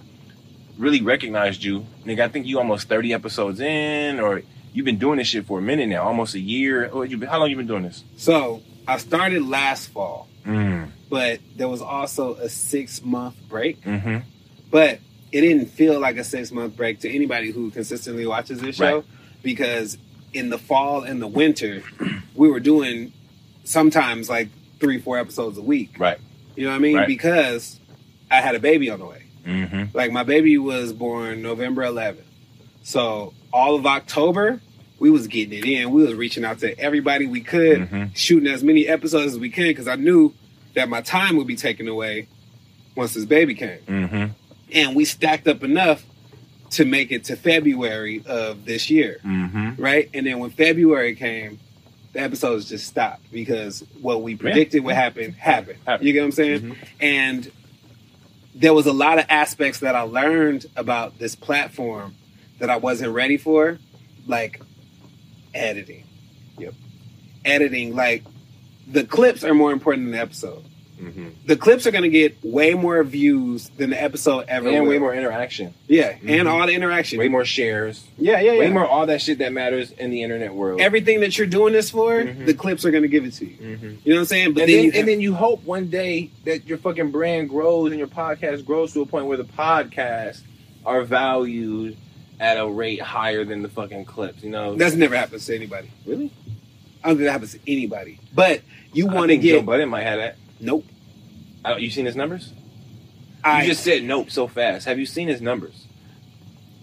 really recognized you, nigga. I think you almost thirty episodes in, or you've been doing this shit for a minute now, almost a year. Oh, you been, how long you been doing this?
so I started last fall,
Mm,
but there was also a six month break.
mm-hmm.
but it didn't feel like a six month break to anybody who consistently watches this show
Right.
because in the fall and the winter we were doing sometimes like three four episodes a week
Right.
you know what i mean
Right.
because i had a baby on the way
Mm-hmm.
like my baby was born november 11th so all of october we was getting it in we was reaching out to everybody we could
Mhm.
shooting as many episodes as we could because i knew that my time would be taken away once this baby came
Mm-hmm.
and we stacked up enough to make it to February of this year,
Mm-hmm.
right? And then when February came, the episodes just stopped because what we predicted would happen happened.
Happened. Mm-hmm.
You get what I'm saying? and there was a lot of aspects that I learned about this platform that I wasn't ready for, like editing.
Yep.
Editing, like the clips are more important than the episode.
Mm-hmm.
The clips are going to get way more views than the episode ever.
And
will.
way more interaction,
yeah,
Mhm.
and all the interaction.
way more shares,
yeah, Oh, yeah, yeah.
way more all that shit that matters in the internet world.
Everything that you're doing this for,
Mhm.
the clips are going to give it to you.
mm-hmm.
You know what I'm saying?
and then,
you
and then you hope one day that your fucking brand grows and your podcast grows to a point where the podcasts are valued at a rate higher than the fucking clips. You know,
that's never happens to anybody.
really.
I don't think that happens to anybody. But you
I
want to
think Joe
get
Budden might have that.
nope.
I don't, you seen his numbers?
I
you just said nope so fast. Have you seen his numbers?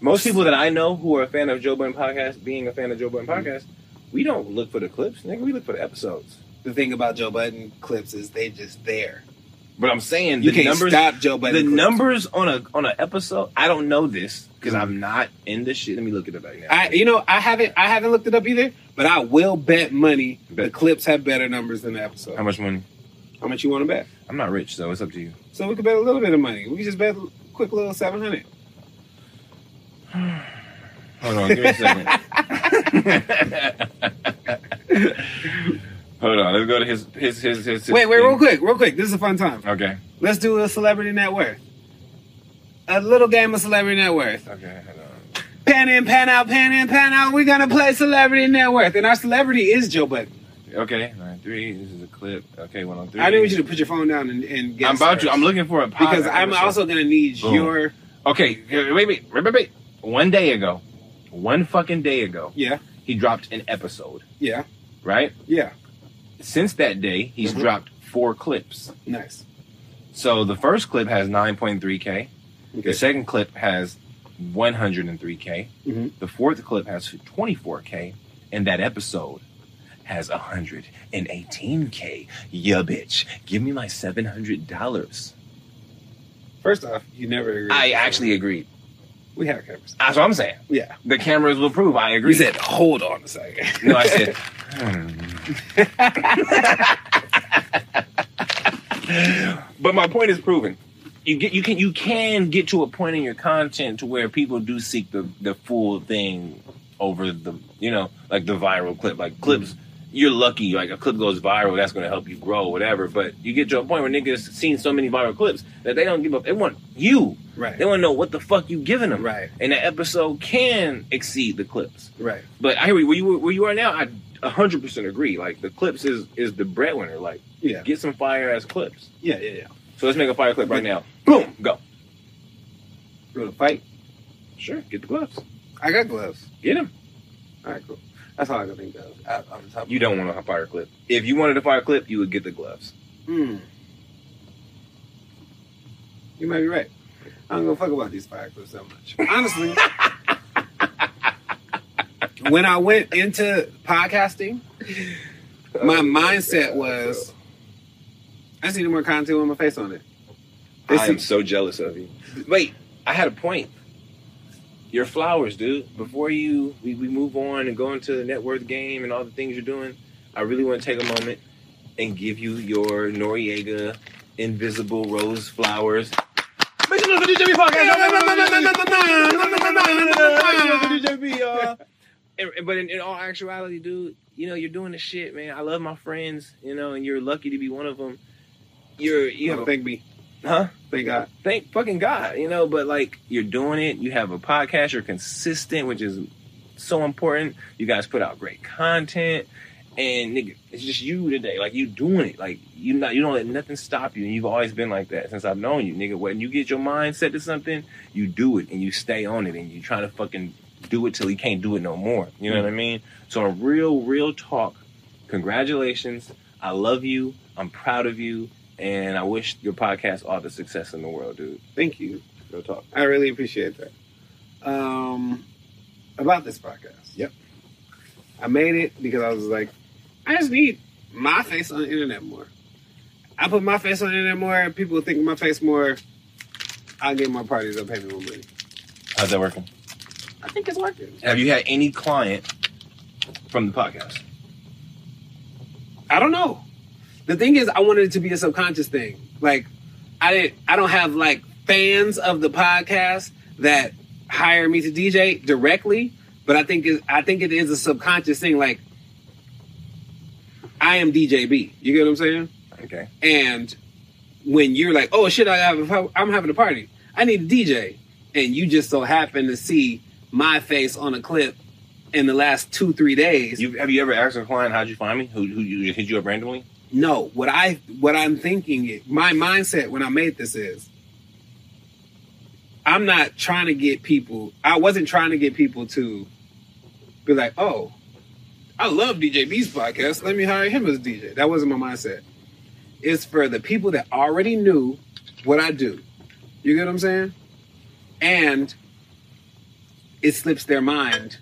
Most people that I know who are a fan of Joe Budden podcast, being a fan of Joe Budden podcast, we don't look for the clips, nigga. We look for the episodes.
the thing about Joe Budden clips is they just there.
But I'm saying
You
the
can't
numbers
stop Joe
But
Budden.
the
clips.
numbers on a on an episode, I don't know this because I'm not in this shit. Let me look it up right now.
I you know I haven't I haven't looked it up either, but I will bet money the
Bet.
clips have better numbers than the episode.
How much money?
How much you want to bet?
I'm not rich, so it's up to you.
So we could bet a little bit of money. We could just bet a quick little seven hundred.
Hold on, give me a second. Hold on, let's go to his his his his. his
Wait, wait, real quick, real quick. This is a fun time.
Okay.
Let's do a celebrity net worth. A little game of celebrity net worth.
Okay. Hold on.
Pan in, pan out, pan in, pan out. We're gonna play celebrity net worth, and our celebrity is Joe Budden.
Okay, nine three. This is a clip. Okay, one on three.
I need you to put your phone down and, and get.
I'm about to. I'm
looking.
looking for a podcast
because I'm
episode.
also gonna need
Boom.
your
Okay, wait, wait, wait, wait, wait. One day ago, one fucking day ago,
yeah
he dropped an episode.
yeah
Right.
yeah
since that day, he's
Mhm.
dropped four clips.
nice
So the first clip has 9.3K. The
okay
second clip has 103K.
Mhm.
The fourth clip has 24K. And that episode has 118K. Yeah, bitch. Give me my $700.
first off you never agree
I actually agreed.
we have cameras
That's what I'm saying.
yeah
The cameras will prove I
you
agree.
said hold on a second
No, I said. hmm. but my point is proven. You get you can you can get to a point in your content to where people do seek the the full thing over the you know like the viral clip like clips.
Mm-hmm.
You're lucky, like a clip goes viral, that's gonna help you grow, whatever. But you get to a point where niggas seen so many viral clips that they don't give up. They want you.
right
They want to know what the fuck you giving them.
right
And the episode can exceed the clips.
right
But I hear you- where you where you are now. I 100 percent agree. Like the clips is is the breadwinner. Like
yeah
get some fire ass clips.
yeah yeah yeah
So let's make a fire clip right now. Boom, go.
you want to fight
Sure, get the gloves.
I got gloves
Get them.
all right cool that's all I can think of out- off the top of
You don't want a fire clip. If you wanted a fire clip, you would get the gloves.
Hmm. you might be right I don't give a fuck about these fire clips that much honestly when I went into podcasting my mindset was I just need more content with my face on it. They
I
see-
am so jealous of you. Wait, I had a point. Your flowers, dude. Before you we, we move on and go into the net worth game and all the things you're doing, I really want to take a moment and give you your Noriega invisible rose flowers. Make some noise for DJB podcast. DJB, y'all. And- and- But in, in all actuality, dude, you know you're doing the shit, man. I love my friends, you know, and you're lucky to be one of them. You're you
You
have
know,
a,
thank me.
huh?
Thank God.
thank fucking God, you know, but like you're doing it, you have a podcast, you're consistent, which is so important. You guys put out great content and nigga, it's just you today. Like you doing it. Like you not you don't let nothing stop you. And you've always been like that since I've known you, nigga. When you get your mind set to something, you do it and you stay on it and you try to fucking do it till you can't do it no more. You know what I mean? So in real, real talk, congratulations. I love you. I'm proud of you and I wish your podcast all the success in the world, dude.
Thank you.
Real talk.
I really appreciate that. Um, about this podcast.
Yep.
I made it because I was like, I just need my face on the internet more. I put my face on the internet more, people think my face more. I'll get my parties. I'll pay me more money.
How's that working?
I think it's working.
Have you had any client from the podcast?
I don't know. The thing is, I wanted it to be a subconscious thing. Like, I didn't. I don't have like fans of the podcast that hire me to DJ directly, but I think it, I think it is a subconscious thing. Like, I am DJB. You get what I'm saying?
Okay.
And when you're like, oh shit, I have a, I'm having a party. I need a DJ, and you just so happen to see my face on a clip in the last two three days.
You, have you ever asked a client how'd you find me? Who who you hit you up randomly?
No, what I what I'm thinking, it- my mindset when I made this is, I'm not trying to get people. I wasn't trying to get people to be like, oh, I love DJ B's podcast. Let me hire him as DJ. That wasn't my mindset. It's for the people that already knew what I do. You get what I'm saying? And it slips their mind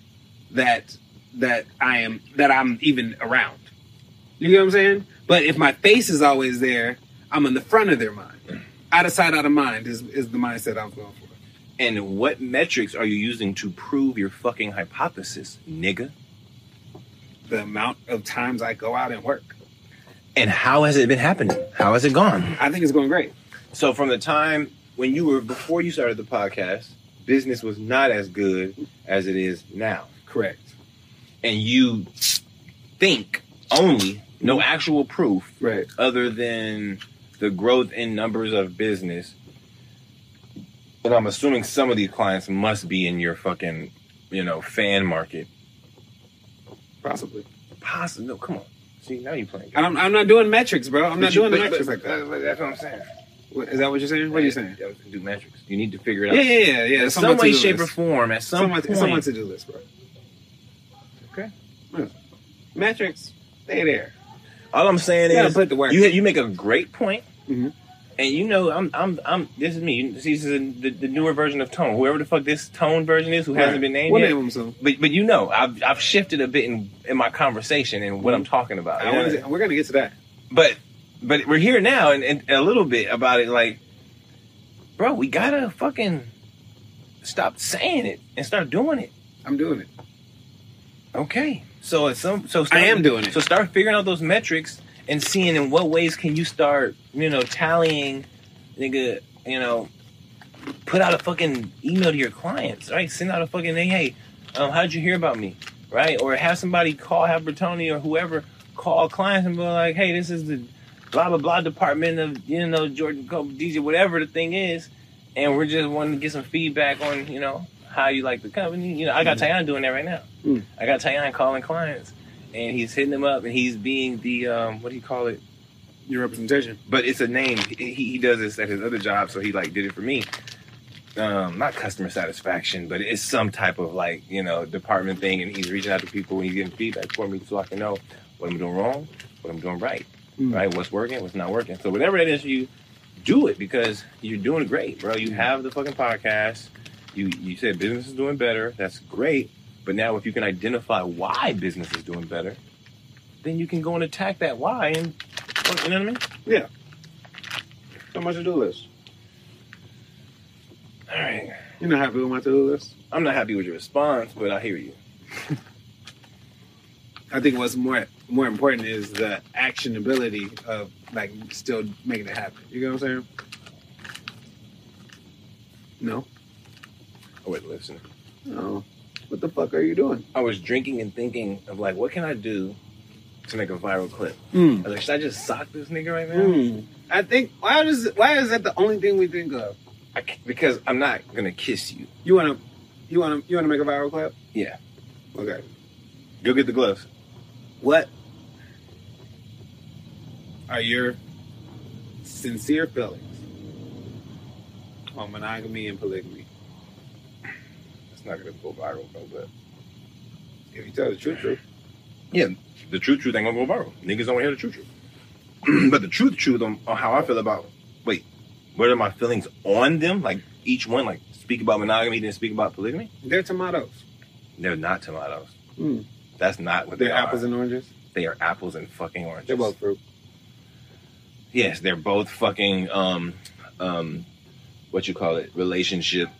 that that I am that I'm even around. You get what I'm saying? But if my face is always there, I'm in the front of their mind. Out of sight, out of mind is, is the mindset I'm going for.
And what metrics are you using to prove your fucking hypothesis, nigga?
The amount of times I go out and work.
And how has it been happening? How has it gone?
I think it's going great.
So from the time when you were before you started the podcast, business was not as good as it is now.
Correct.
And you think only, no actual proof
Right.
other than the growth in numbers of business. And I'm assuming some of these clients must be in your fucking, you know, fan market.
Possibly.
Possibly. No, come on. See, now you're playing.
I'm, I'm not doing metrics, bro. I'm not
But you-
doing the
but-
metrics
but-
like that.
but That's what I'm saying.
What- Is that what you're saying? What are you saying?
Yeah, Do metrics. You need to figure it out.
Yeah, yeah, yeah. yeah.
In
It's on
some
my
way,
to-do
shape, or
list.
form. At some
Someone,
point,
someone to do list, bro. Okay. Yeah. Metrics, they there.
all I'm saying
You gotta
is,
put the work.
you you make a great point,
Mhm.
and you know, I'm I'm I'm. This is me. You- This is the, the newer version of tone. Whoever the fuck this tone version is, who hasn't been named
We'll
yet.
name them soon.
But but you know, I've I've shifted a bit in in my conversation and what I'm talking about.
Mm-hmm. I
you know
wanna
what I-
get- we're going to get to that.
but but we're here now and, and a little bit about it like bro we gotta fucking stop saying it and start doing it
I'm doing it.
okay so at some so
I am doing it.
so start figuring out those metrics and seeing in what ways can you start you know tallying nigga you know put out a fucking email to your clients right send out a fucking hey hey um, how'd you hear about me right or have somebody call have Bertoni or whoever call clients and be like hey this is the blah blah blah department of you know Jordan Cope DJ whatever the thing is and we're just wanting to get some feedback on you know how you like the company you know I got
Mm-hmm.
Tayon doing that right now
Mm.
I got Tayon calling clients and he's hitting them up and he's being the um what do you call it
Your representation.
but it's a name he, he does this at his other job so he like did it for me um not customer satisfaction but it's some type of like you know department thing and he's reaching out to people and he's getting feedback for me so i can know what i'm doing wrong what i'm doing right
Mm.
right what's working what's not working so whatever it is for you do it because you're doing great bro you have the fucking podcast you you said business is doing better that's great but now if you can identify why business is doing better then you can go and attack that why and you know what i mean
So much to do list.
all right
You're not happy with my to-do list?
I'm not happy with your response, but I hear you.
I think what's more more important is the actionability of like still making it happen. You know what I'm saying? No.
I wasn't listening.
No. What the fuck are you doing?
Oh, I was drinking and thinking of like, what can I do to make a viral clip? I
Mm.
was like, should I just sock this nigga right now?
Mm. I think why does why is that the only thing we think of?
I ca- because I'm not gonna kiss you.
You wanna you wanna you wanna make a viral clip?
Yeah.
Okay.
Go get the gloves.
What are your sincere feelings on monogamy and polygamy?
It's not gonna go viral, bro. But
If you tell the truth, truth.
the true truth ain't gonna go viral. Niggas don't wanna hear the true truth. but the truth, truth on, on how I feel about wait, what are my feelings on them? Like each one, like speak about monogamy, then speak about polygamy.
They're tomatoes.
They're not tomatoes.
Mm.
That's not what
They're
Hmm. they
apples
are.
and oranges.
they are apples and fucking oranges.
They're both fruit.
Yes, they're both fucking um um what you call it relationship,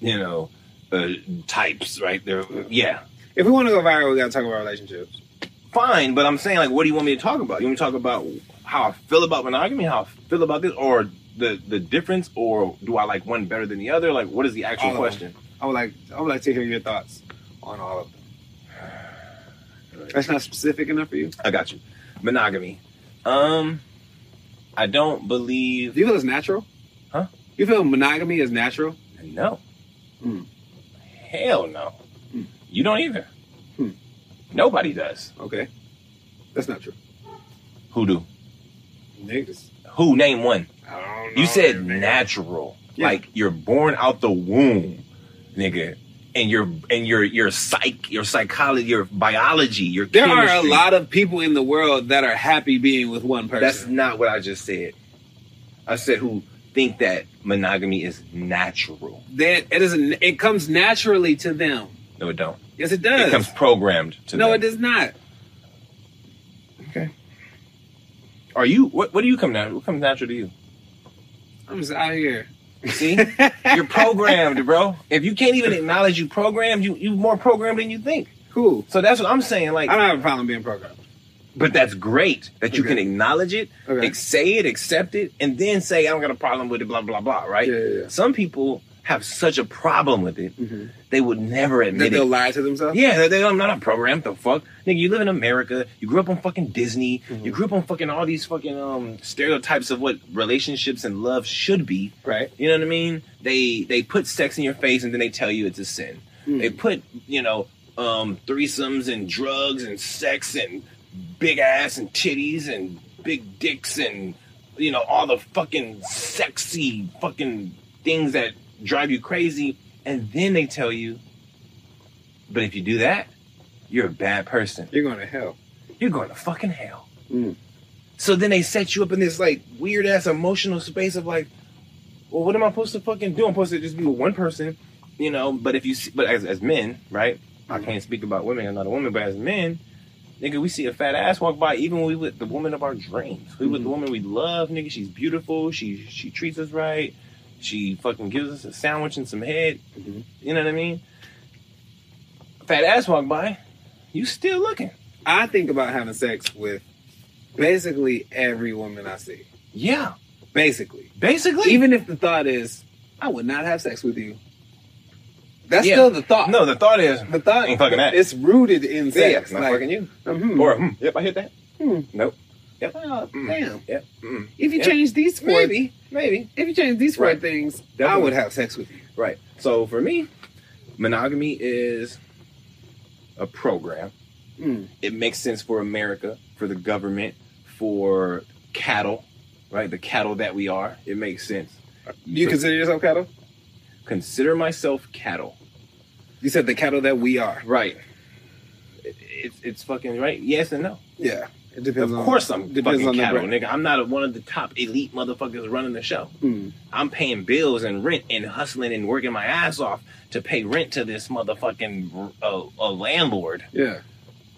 you know, uh, types, right? There, yeah,
If we want to go viral, we got to talk about relationships.
fine. But I'm saying, like, what do you want me to talk about? You want me to talk about how I feel about monogamy, how I feel about this, or the the difference, or do I like one better than the other? Like, what is the actual
All of
question?
I would like I would like to hear your thoughts on all of them. That's not specific enough for you.
I got you. Monogamy. Um, I don't believe.
Do you feel it's natural?
Huh?
You feel monogamy is natural?
No.
Hmm.
Hell no.
Hmm.
You don't either.
Hmm.
Nobody does.
Okay, that's not true.
Who do?
Niggas.
Who? Name one.
I don't know.
You said
Oh, man.
natural.
Yeah.
Like you're born out the womb, nigga. And your and your your psych your psychology your biology your
There are a
chemistry-
lot of people in the world that are happy being with one person.
That's not what I just said. I said who think that monogamy is natural.
that it is it comes naturally to them.
No, it don't.
Yes, it
It
does.
comes programmed to
no,
them.
it does not.
Are you what? What do you come natural? What comes natural to you?
I'm just out here.
See, you're programmed, bro. If you can't even acknowledge you programmed, you you more programmed than you think.
Cool.
So that's what I'm saying.
I
Like,
don't have a problem being programmed.
but that's great that you
Okay.
can acknowledge it,
Okay.
ex- say it, accept it, and then say I don't got a problem with it. Blah blah blah. Right?
Yeah, yeah, yeah.
Some people have such a problem with it,
Mhm.
they would never
That
admit
they'll
it.
lie to themselves.
Mm-hmm. Yeah, they- they, I'm not a program. The fuck, nigga, you live in America. You grew up on fucking Disney.
Mm-hmm.
You grew up on fucking all these fucking um stereotypes of what relationships and love should be.
Right.
You know what I mean? They they put sex in your face and then they tell you it's a sin.
Mm.
They put you know um, threesomes and drugs and sex and big ass and titties and big dicks and you know all the fucking sexy fucking things that drive you crazy. And then they tell you, but if you do that, you're a bad person.
You're going to hell.
You're going to fucking hell.
Mm.
So then they set you up in this like weird ass emotional space of like, well, what am I supposed to fucking do? I'm supposed to just be with one person, you know. But if you, see, but as, as men, right? I can't speak about women. I'm not a woman, but as men, nigga, we see a fat ass walk by. Even we with the woman of our dreams, we with the woman we love, nigga. She's beautiful. She she treats us right. She fucking gives us a sandwich and some head.
Mhm.
You know what I mean? Fat ass walk by. You still looking.
I think about having sex with basically every woman I see.
Yeah,
Basically.
basically.
Even if the thought is, I would not have sex with you. That's
Yeah.
still the thought.
no, the thought is hmm,
The thought
Ain't fucking that.
it's rooted in sex.
Yeah, not
like,
fucking you.
mhm.
Or hmm, yep, I hit that.
Hmm.
Nope.
Oh,
Mm.
damn.
Yep. Mm.
If you
Yeah.
change these four
Maybe. Maybe.
if you change these four
Right.
things, I
Definitely.
would have sex with you.
Right. So for me, monogamy is a program.
Mm.
It makes sense for America, for the government, for cattle, right? The cattle that we are. It makes sense.
You consider yourself cattle?
consider myself cattle.
You said the cattle that we are.
Right. It, it's it's fucking right. Yes and no.
Yeah. It depends
of
on
course I'm
depends
fucking
on the
cattle,
brand.
nigga. I'm not a, one of the top elite motherfuckers running the show.
Mm.
I'm paying bills and rent and hustling and working my ass off to pay rent to this motherfucking uh, a landlord
Yeah.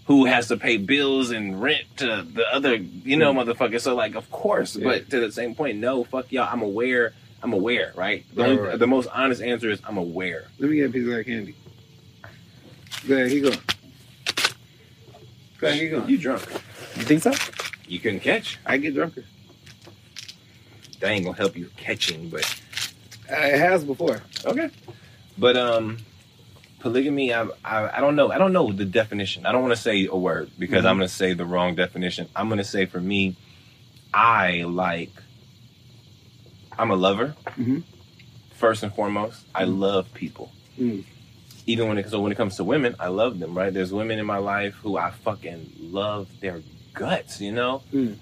who has to pay bills and rent to the other, you know, motherfucker. So like, of course,
Mm. Yeah.
but to the same point, no, fuck y'all. I'm aware. I'm aware, right? The,
Right,
only,
right.
the most honest answer is I'm aware.
Let me get a piece of that candy. There you go. Go ahead, keep going.
You drunk?
You think so?
You couldn't catch.
I get drunker.
That ain't gonna help you catching, but
Uh, it has before.
Okay. But um polygamy I, I I don't know. I don't know the definition. I don't want to say a word because
Mm-hmm.
I'm going to say the wrong definition. I'm going to say for me I like I'm a lover.
Mhm.
First and foremost, I love people.
Mm-hmm. Mm.
Even when it so when it comes to women, I love them, right? There's women in my life who I fucking love their guts, you know?
Mm.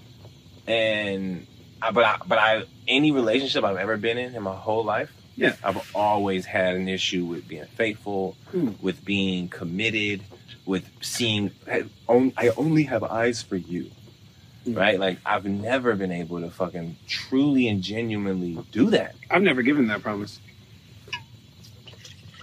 And I, but I, but I any relationship I've ever been in in my whole life,
Yeah.
I've always had an issue with being faithful,
Mm.
with being committed, with seeing. I on- I only have eyes for you,
Mm.
right? Like I've never been able to fucking truly and genuinely do that.
I've never given that promise.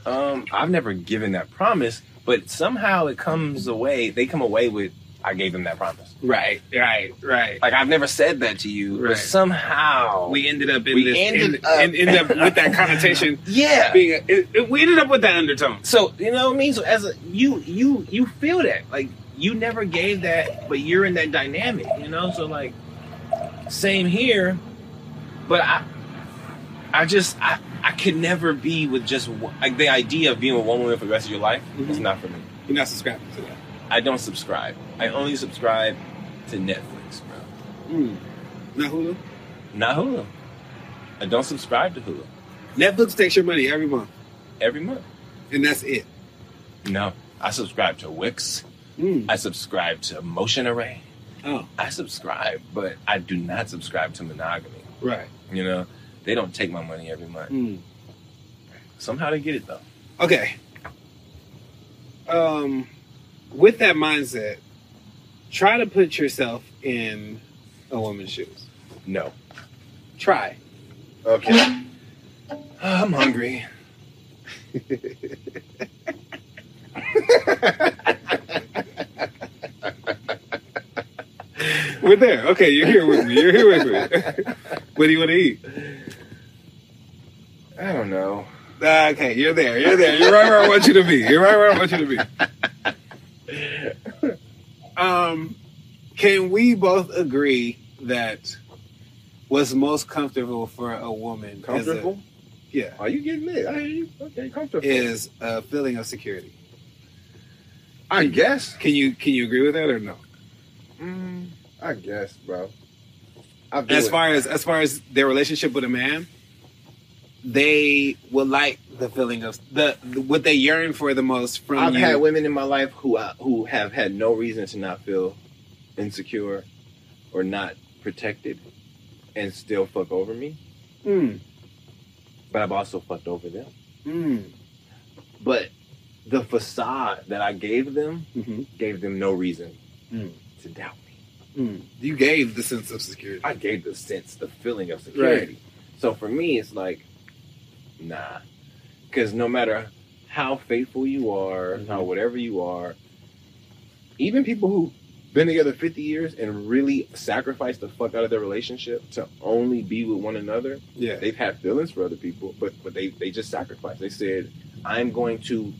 Um, I've never given that promise, but somehow it comes away. They come away with I gave them that promise.
Right, right, right.
Like I've never said that to you,
Right.
but somehow
We ended up in
We
this
ended
and,
up-
and ended up with that connotation
yeah.
being a, it, it- we ended up with that undertone.
So you know what I mean. So as a, you you you feel that like you never gave that, but you're in that dynamic, you know. So like same here, but I I just I I could never be with just one, like the idea of being with one woman for the rest of your life is
Mhm.
not for me.
You're not subscribing to that.
I don't subscribe. I only subscribe to Netflix, bro.
Mm. Not Hulu.
Not Hulu. I don't subscribe to Hulu
Netflix takes your money every month,
every month.
and that's it.
No, I subscribe to Wix.
Mm.
I subscribe to Motion Array.
Oh,
I subscribe, but I do not subscribe to monogamy.
right.
You know, they don't take my money every month.
Mm.
Somehow they get it though.
Okay. Um, with that mindset, try to put yourself in a woman's shoes.
No.
Try.
Okay. I'm hungry.
We're there. Okay, you're here with me. You're here with me. what do you want to eat?
I don't know.
Uh, okay, you're there. You're there. You're right where I want you to be. You're right where I want you to be. Um, can we both agree that what's most comfortable for a woman is a-
Comfortable?
yeah,
Are you getting it? I hear you. Okay, comfortable.
is a feeling of security.
I guess.
Can you can you agree with that or no?
Mm, I guess, bro. I do
as
it.
far as as far as their relationship with a man, they will like the feeling of the what they yearn for the most from
I've
you.
had women in my life who I, who have had no reason to not feel insecure or not protected, and still fuck over me. Hmm.
Mm,
But I've also fucked over them.
mm,
But the facade that I gave them
mhm,
gave them no reason
Mm.
to doubt me.
mm. You gave the sense of security.
I gave the sense, the feeling of security. So for me, it's like, nah. Because no matter how faithful you are,
Mhm.
how whatever you are, even people who been together 50 years and really sacrificed the fuck out of their relationship to only be with one another,
Yeah.
they've had feelings for other people, but but they they just sacrificed. They said, "I'm going to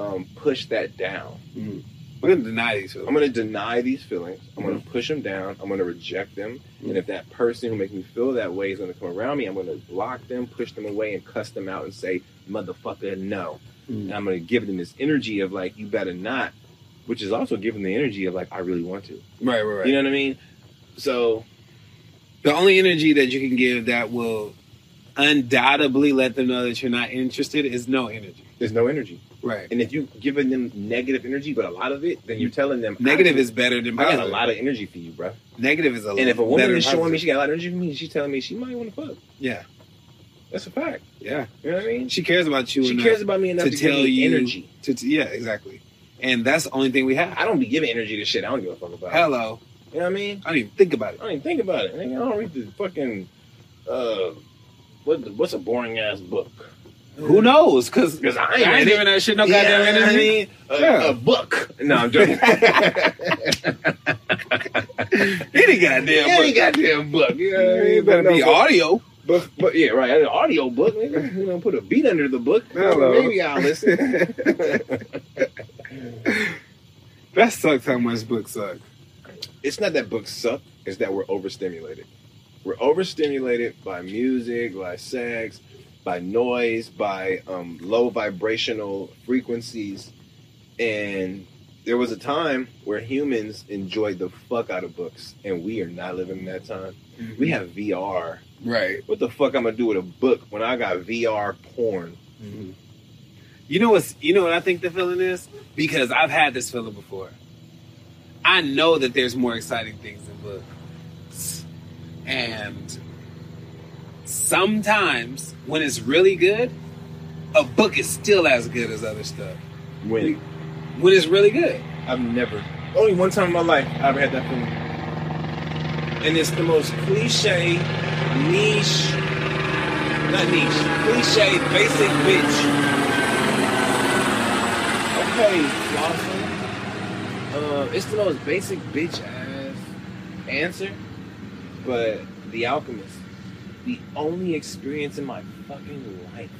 um, push that down.
Mm. We're gonna deny these
I'm
feelings.
going to deny these feelings. I'm going
Mm-hmm.
to push them down. I'm going to reject them. And if that person who makes me feel that way is going to come around me, I'm going to block them, push them away, and cuss them out and say, "Motherfucker, no." And
Mm.
I'm going to give them this energy of like, "You better not," which is also giving the energy of like, "I really want to."
Right, right, right.
You know what I mean? So
the only energy that you can give that will undoubtedly let them know that you're not interested is no energy.
there's no energy.
Right.
And if you giving them negative energy, but a lot of it, then you're telling them
Mm-hmm. Negative
is.
is better than
I
positive.
got a lot of energy for you, bro.
Negative is a lot.
And if a woman
better
is
than
showing me
positive.
she got a lot of energy for me, she's telling me she might want to fuck.
yeah,
That's a fact.
yeah,
You know what I mean? She,
she cares about you. enough
cares about me enough to, tell you energy.
To, to- yeah, exactly. And that's the only thing we have.
I don't be giving energy to shit. I don't give a fuck about.
Hello,
You know what I mean?
I don't even think about
I
it.
don't even think about it. Nigga, I don't read the fucking uh, what the, what's a boring ass book?
Who knows? Because
'Cause I ain't ready.
giving that shit no
Yeah,
goddamn
I
energy.
mean, a,
Yeah.
a book. No, I'm joking.
Any goddamn.
Any
book.
goddamn book. You know what I mean?
It better
But no,
be
but-
audio.
But, but yeah, right. An audio book, nigga. You know, put a beat under the book.
Hello.
Maybe I'll listen.
That sucks. How much books suck.
it's not that books suck. It's that we're overstimulated. We're overstimulated by music, by sex, by noise, by um, low vibrational frequencies. And there was a time where humans enjoyed the fuck out of books, and we are not living in that time.
Mm-hmm.
We have VR.
right.
What the fuck I'm gonna do with a book when I got VR porn?
Mm-hmm. You know what's you know what I think the feeling is? Because I've had this feeling before. I know that there's more exciting things in books. And sometimes when it's really good, a book is still as good as other stuff.
When
When it's really good.
I've never. Only one time in my life I've had that feeling. And it's the most cliche, niche, not niche, cliche, basic bitch. Okay, Blossom. Um, it's the most basic bitch ass answer, but The Alchemist, the only experience in my fucking life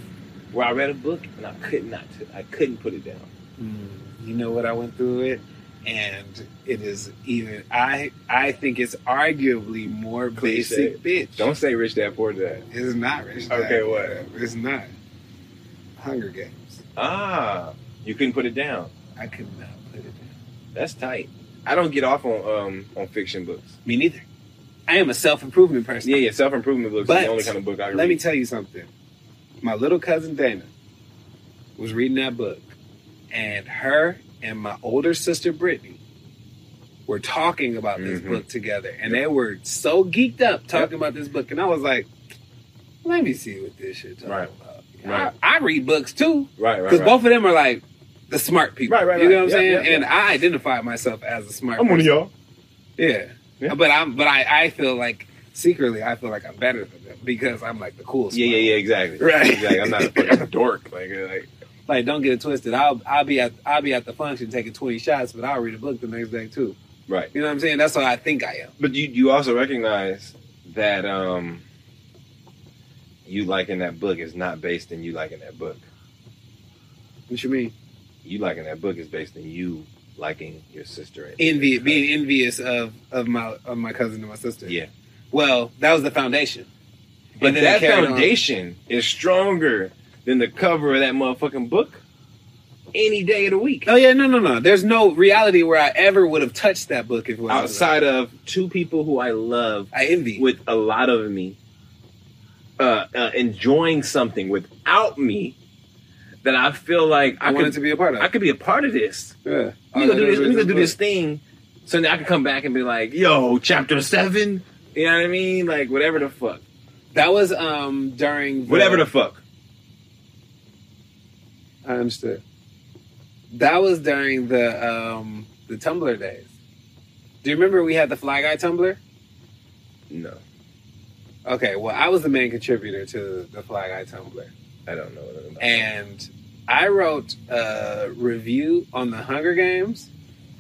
where I read a book and I could not, I couldn't put it down.
Mm, you know what I went through it, and it is even. I I think it's arguably more
Cliche.
basic bitch.
Don't say Rich Dad Poor Dad.
It's not rich. Dad.
Okay, what?
It's not. Hunger Games.
Ah, you couldn't put it down.
I could not put it down.
That's tight. I don't get off on um on fiction books.
Me neither. I am a self improvement person.
Yeah, yeah, self improvement books is
But
the only kind of book I
Let me
read.
tell you something. My little cousin Dana was reading that book, and her and my older sister Brittany were talking about this
Mhm.
book together, and they were so geeked up talking about this book, and I was like, "Let me see what this shit talking
Right.
about."
Right.
I, I read books too,
right, right,
because
right.
both of them are like the smart people.
Right, right,
You know
right.
what
Yeah,
I'm saying?
yeah, yeah.
And I identify myself as a smart.
I'm one of
person.
y'all.
Yeah.
Yeah.
But I'm but I, I feel like secretly I feel like I'm better than them because I'm like the coolest.
Yeah,
one.
yeah, yeah, exactly.
Right.
Exactly. I'm not a fucking dork. Like, uh, like
Like don't get it twisted. I'll I'll be at I'll be at the function taking twenty shots, but I'll read a book the next day too.
right.
You know what I'm saying? That's what I think I am.
But you you also recognize that um you liking that book is not based in you liking that book.
What you mean?
You liking that book is based in you liking your sister. and-
Envy being envious of of my of my cousin and my sister.
Yeah.
Well, that was the foundation.
But
then it
that
carried on.
foundation is stronger than the cover of that motherfucking book any day of the week.
Oh yeah, no, no, no. There's no reality where I ever would have touched that book if it was
Outside of two people who I love
I envy.
with a lot of me, uh, uh, enjoying something without me, that I feel like
I,
I,
wanted
could
to be Oh, a part of.
I could be a part of this.
yeah.
Let me go do this. Let me go do this thing, so that I can come back and be like, "Yo, chapter seven. You know what I mean? Like whatever the fuck,
That was um during the-
whatever the fuck.
I understood. That was during the um the Tumblr days. Do you remember we had the Fly Guy Tumblr?
No,
Okay, well I was the main contributor to the Fly Guy Tumblr,
I don't know. What I'm about.
and I wrote a review on the Hunger Games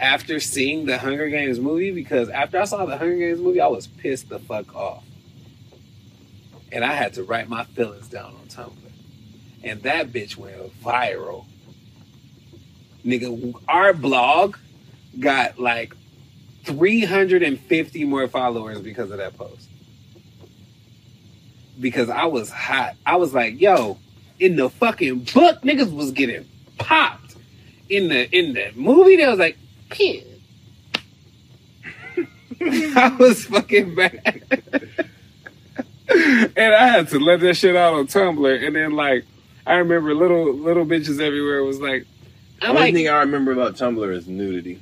after seeing the Hunger Games movie because after I saw the Hunger Games movie, I was pissed the fuck off, and I had to write my feelings down on Tumblr, and that bitch went viral. Nigga, our blog got like 350 more followers because of that post. Because I was hot. I was like, yo, in the fucking book, niggas was getting popped. In the in the movie, they was like, pin. I was fucking mad. and I had to let that shit out on Tumblr. And then like I remember little little bitches everywhere was like, "Oh,
The
I'm
only
like
thing I remember about Tumblr is nudity.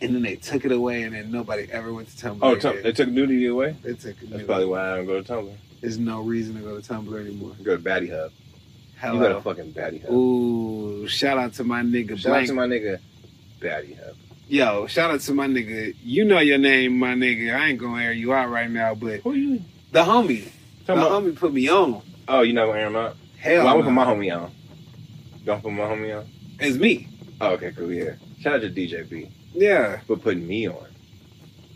and then they took it away, and then nobody ever went to Tumblr.
Oh,
again.
Tum- they took nudity away.
They took it.
That's probably why I don't go to Tumblr.
There's no reason to go to Tumblr anymore.
I go to Batty Hub. You got a
Hello.
fucking Batty Hub.
Ooh, shout out to my nigga
Shout out
Blank.
to my nigga Batty Hub.
Yo, shout out to my nigga. You know your name, my nigga. I ain't gonna air you out right now, but
Who you
the homie, the
talking about?
homie put me on.
Oh, you not gonna air him out?
Hell,
well, I'm gonna
no.
put my homie on. Don't put my homie on.
it's me.
Oh, okay, cool. Yeah. Shout out to DJ B
Yeah,
for putting me on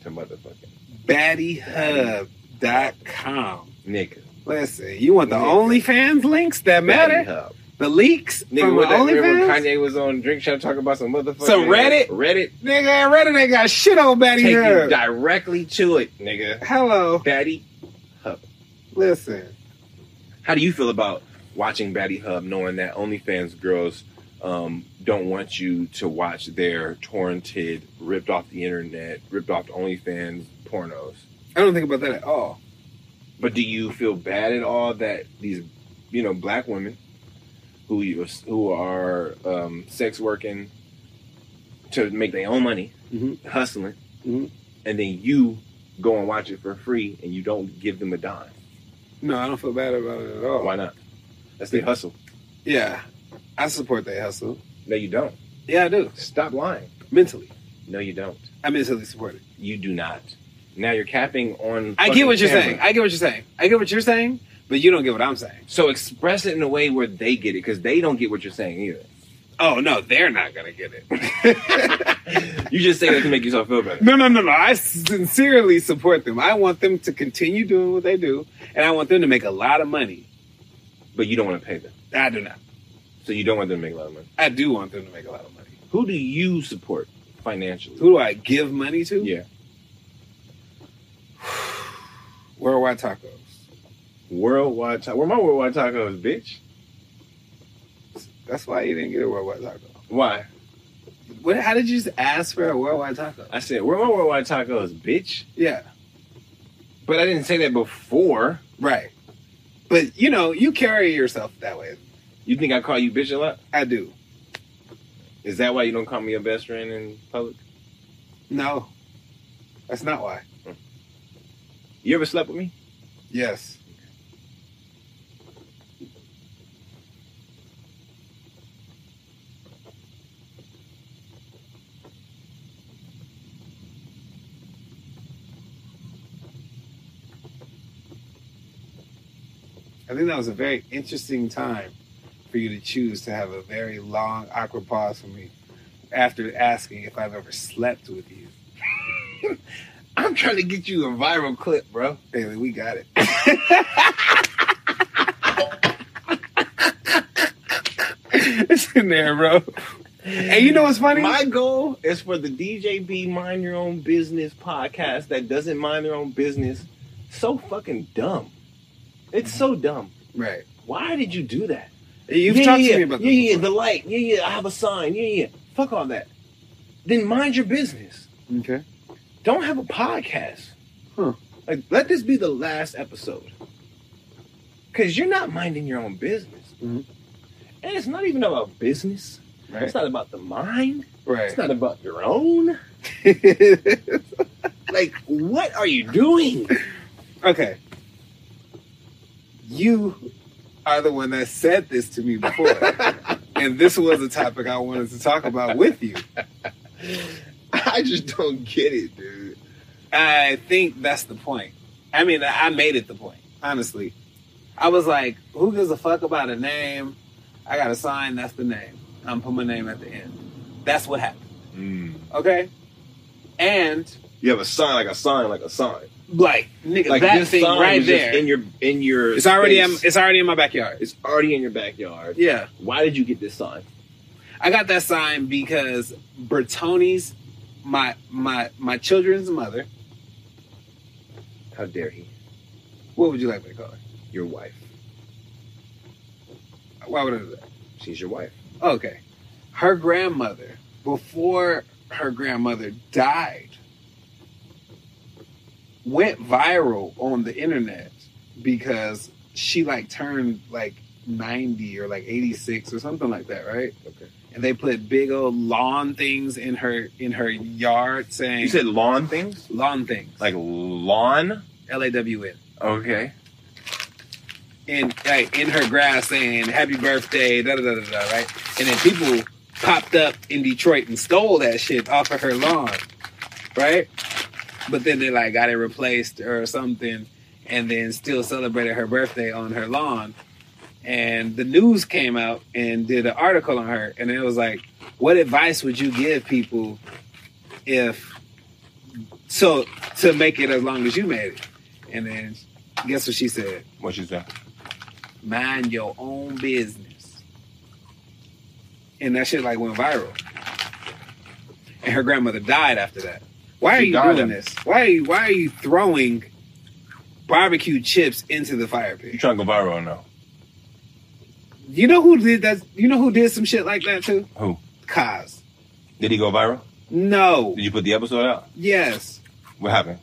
to motherfucking
BattyHub.com.
nigga.
Listen, you want the
Yeah.
OnlyFans links that
Batty
matter?
Hub.
The leaks
Nigga,
from
what
my
that remember
OnlyFans?
Kanye was on Drink Shop talking about some motherfucking
Some Reddit?
Reddit
Nigga, Reddit ain't got shit on Batty
take you
Hub.
directly to it, nigga.
Hello,
Batty,
listen.
how do you feel about watching Batty Hub, knowing that OnlyFans girls um, don't want you to watch their torrented, ripped off the internet, ripped off OnlyFans pornos?
I don't think about that at all.
But do you feel bad at all that these, you know, black women who you, who are um, sex working to make their own money,
Mhm.
hustling,
Mhm.
and then you go and watch it for free and you don't give them a dime?
No, I don't feel bad about it at all.
Why not? That's their hustle.
Yeah, I support that hustle.
No, you don't.
Yeah, I do.
Stop lying.
Mentally,
No, you don't.
I mentally support it.
You do not. Now you're capping on.
I
fucking
get what you're
camera.
saying. I get what you're saying. I get what you're saying, but you don't get what I'm saying.
so express it in a way where they get it because they don't get what you're saying either.
Oh no, they're not gonna get it.
you just say that to make yourself feel better.
no, no, no, no. I sincerely support them. I want them to continue doing what they do, and I want them to make a lot of money.
But you don't want to pay them.
I do not.
So you don't want them to make a lot of money.
I do want them to make a lot of money.
Who do you support financially?
Who do I give money to?
Yeah.
Worldwide Tacos.
Worldwide taco. Where my worldwide tacos, bitch?
That's why you didn't get a worldwide taco.
Why?
What? How did you just ask for a worldwide taco?
I said, where my worldwide tacos, bitch?
Yeah.
But I didn't say that before.
Right. But you know, you carry yourself that way.
You think I call you bitch a lot?
I do.
Is that why you don't call me your best friend in public?
No. That's not why.
You ever slept with me?
Yes. I think that was a very interesting time for you to choose to have a very long, awkward pause for me after asking if I've ever slept with you.
I'm trying to get you a viral clip, bro.
Bailey, we got it. it's in there, bro. And you know what's funny?
My goal is for the DJB Mind Your Own Business podcast that doesn't mind their own business. So fucking dumb. It's so dumb.
right.
Why did you do that?
You've
yeah,
talked
yeah,
to me about
yeah,
this
yeah,
before.
the light. Yeah, yeah, I have a sign. Yeah, yeah. Fuck all that. Then mind your business.
Okay.
Don't have a podcast.
Huh.
Like, let this be the last episode. Because you're not minding your own business.
Mhm.
And it's not even about business. It's
Right.
not about the mind. It's
Right.
not about your own. Like, what are you doing?
okay. You are the one that said this to me before. and this was a topic I wanted to talk about with you.
I just don't get it, dude.
I think that's the point. I mean, I made it the point, honestly. I was like, who gives a fuck about a name? I got a sign, that's the name. I'm putting my name at the end. That's what happened. Okay? And,
Mm. You have a sign, like a sign, like a sign.
like, nigga,
Like
that
this
thing
sign
right
is just
there.
in your in your.
it's already in,
space.
it's already in my backyard.
It's already in your backyard.
Yeah.
Why did you get this sign?
I got that sign because Bertoni's my my my children's mother.
How dare he?
What would you like me to call her?
Your wife.
Why would I do that?
She's your wife.
Okay. Her grandmother, before her grandmother died, went viral on the internet because she like turned like 90 or like 86 or something like that, right?
Okay.
And they put big old lawn things in her in her yard saying
You said lawn things,
lawn things.
like lawn.
L A W N.
Okay.
in like in her grass saying happy birthday, da da da da da, right? And then people popped up in Detroit and stole that shit off of her lawn, right? But then they like got it replaced or something, and then still celebrated her birthday on her lawn. And the news came out and did an article on her, and it was like, "What advice would you give people if so to make it as long as you made it?" And then guess what she said?
What you say?
mind your own business. And that shit like went viral. And her grandmother died after that. Why are
She
you
died
doing
after-
this? Why are you why are you throwing barbecue chips into the fire
You
pit?
trying to go viral or no?
You know who did that you know who did some shit like that too?
Who?
Cos.
Did he go viral?
No.
Did you put the episode out?
Yes.
What happened?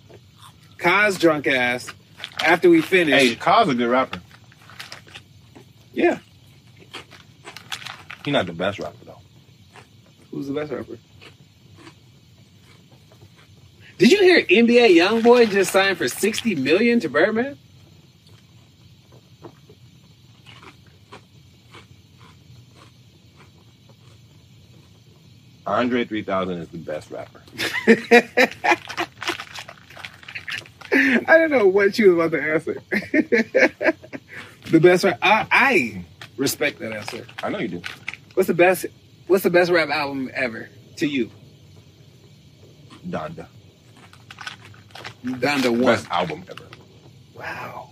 Cos drunk ass. After we finished,
Hey, Kyle's a good rapper.
yeah.
He's not the best rapper though.
Who's the best rapper? Did you hear NBA YoungBoy just signed for sixty million to Birdman?
Andre 3000 is the best rapper.
I don't know what you was about to answer. the best rap- I, I respect that answer.
I know you do.
What's the best What's the best rap album ever to you?
Donda.
Donda one.
Best album ever.
Wow.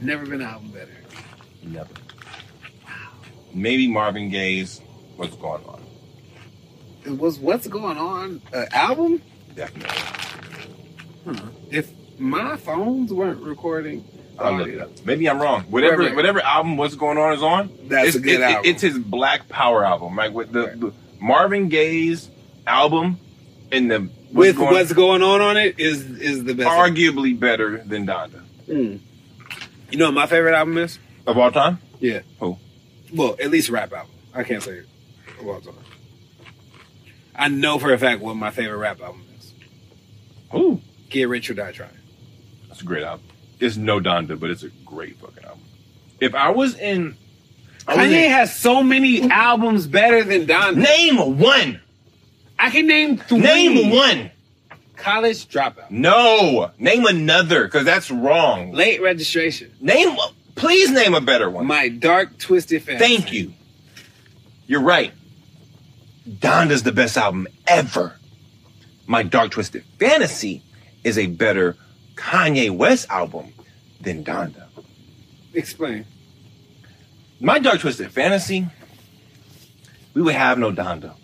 Never been an album better.
Never. Maybe Marvin Gaye's What's Going On.
It was what's going on an album?
Definitely.
If my phones weren't recording,
I'll look it up. Maybe I'm wrong. Whatever
Oh, Right, right.
whatever album What's Going On is on,
That's
it's,
a good
it- it-
album.
it's his Black Power album, right? With the,
Right.
the Marvin Gaye's album and the
With
Going-
what's going on on it is is the best.
arguably better than Donda
Mm. You know what my favorite album is?
of all time.
Yeah.
Who?
Well, at least rap album. I can't say it of all time. I know for a fact what my favorite rap album is.
Ooh,
Get Rich or Die Trying.
that's a great album. It's no Donda, but it's a great fucking album. If I was in, I was
Kanye
in-
has so many albums better than Don.
name one,
I can name three.
name one.
College Dropout.
No, name another because that's wrong.
Late Registration.
Name, please name a better one.
My Dark Twisted Fantasy.
Thank you. You're right. Donda's the best album ever. My Dark Twisted Fantasy is a better Kanye West album than Donda.
Explain.
My Dark Twisted Fantasy, we would have no Donda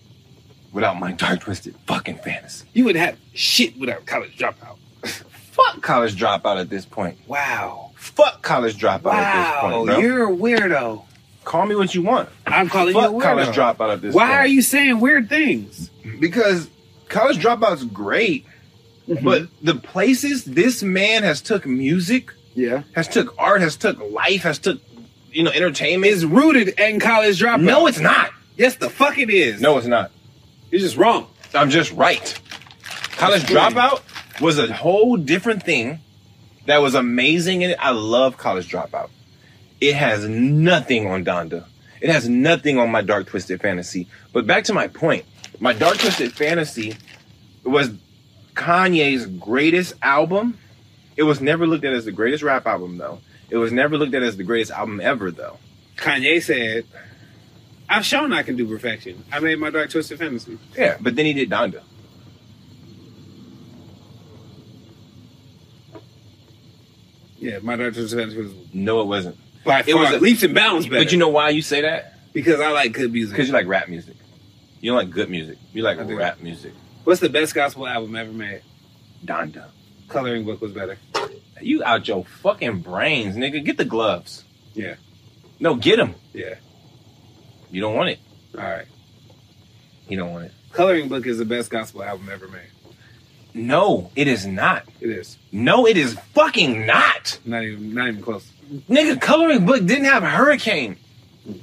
without my Dark Twisted fucking fantasy.
You wouldn't have shit without College Dropout.
Fuck college dropout at this point.
Wow.
Fuck college dropout at this
Wow.
point, bro.
You're a weirdo.
Call me what you want.
I'm calling
Fuck
you a weirdo.
college dropout at this
Why
point.
are you saying weird things?
because college dropout's great but the places this man has took music
yeah,
has took art has took life has took you know entertainment
it's rooted in college dropout.
no it's not
yes, the fuck it is.
no it's not
you're just wrong.
i'm just right college
Explain.
dropout was a whole different thing that was amazing in it i love college dropout it has nothing on donda it has nothing on my dark twisted fantasy but back to my point my dark twisted fantasy was Kanye's greatest album. It was never looked at as the greatest rap album, though. It was never looked at as the greatest album ever, though.
Kanye said, "I've shown I can do perfection. I made my dark twisted fantasy."
Yeah, but then he did Donda.
Yeah, my dark twisted fantasy was
No, it wasn't.
by
It
far
was a-
leaps and bounds better.
But you know why you say that?
because I like good
Because
music.
you like rap music. You don't like good music. You like
I do.
rap music.
What's the best gospel album ever made?
Donda.
Coloring Book was better.
You out your fucking brains, nigga. Get the gloves.
Yeah.
No, get them.
Yeah.
You don't want it.
All right.
You don't want it.
Coloring Book is the best gospel album ever made.
No, it is not.
It is
No, it is fucking not.
not even not even close.
Nigga, Coloring Book didn't have Hurricane.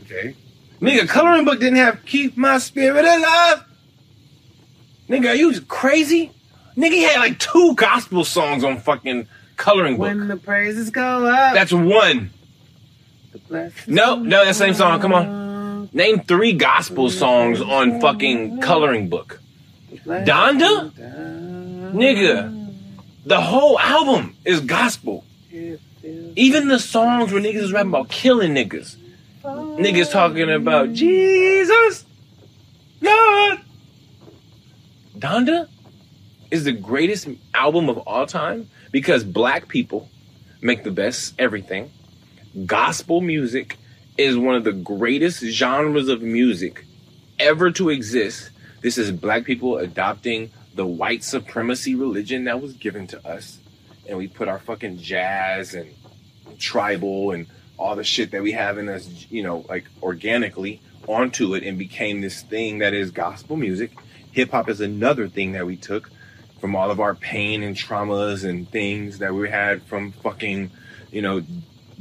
Okay.
Nigga, coloring book didn't have keep my spirit alive. Nigga, are you crazy? Nigga he had like two gospel songs on fucking coloring book.
the praises go up,
That's one. No, no, that same song. Come on. Name three gospel songs on fucking coloring book. Donda? Nigga. The whole album is gospel. Even the songs where niggas is rapping about killing niggas. Niggas talking about Jesus, Lord. Donda is the greatest album of all time because black people make the best everything. Gospel music is one of the greatest genres of music ever to exist. This is black people adopting the white supremacy religion that was given to us. And we put our fucking jazz and tribal and all the shit that we have in us, you know, like organically onto it and became this thing that is gospel music. Hip hop is another thing that we took from all of our pain and traumas and things that we had from fucking, you know,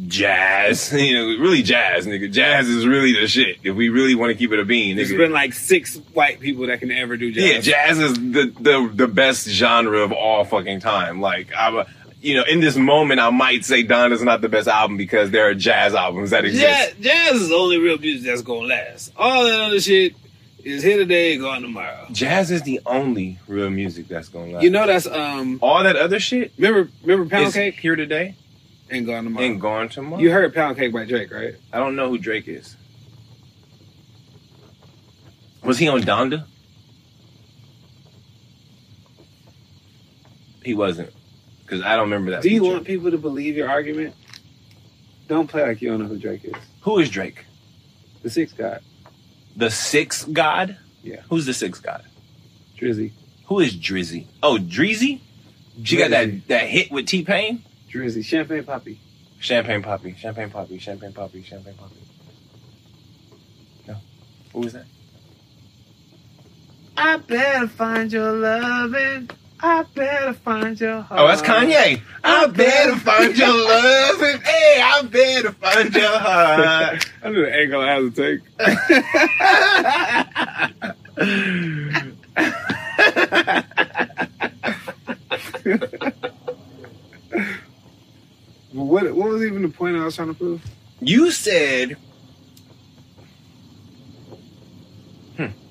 jazz. You know, really jazz, nigga. Jazz is really the shit. If we really want to keep it a bean,
There's
nigga.
been like six white people that can ever do jazz.
Yeah, jazz is the, the the best genre of all fucking time. Like I'm, a- you know, in this moment, I might say Donda's not the best album because there are jazz albums that exist.
jazz, jazz is the only real music that's gonna last. All that other shit is here today, gone tomorrow.
Jazz is the only real music that's going on.
You know that's um.
all that other shit
Remember, remember Pound
is
Cake
here today
and gone tomorrow.
and gone tomorrow.
you heard Pound Cake by Drake, right?
I don't know who Drake is. Was he on Donda? He wasn't, because I don't remember that.
Do you
feature.
want people to believe your argument? Don't play like you don't know who Drake is.
Who is Drake?
The sixth guy,
The sixth god?
Yeah.
Who's the sixth god?
Drizzy.
Who is Drizzy? Oh, Drizzy. She
Drizzy.
got that that hit with T Pain.
Drizzy, Champagne Poppy.
Champagne Poppy. Champagne Poppy. Champagne Poppy. Champagne Poppy. No. Who was that?
I better find your loving. I better find your heart.
Oh, that's Kanye. I better find your love and hey, I better find your heart.
I knew the angle I had to take. what what was even the point I was trying to prove?
you said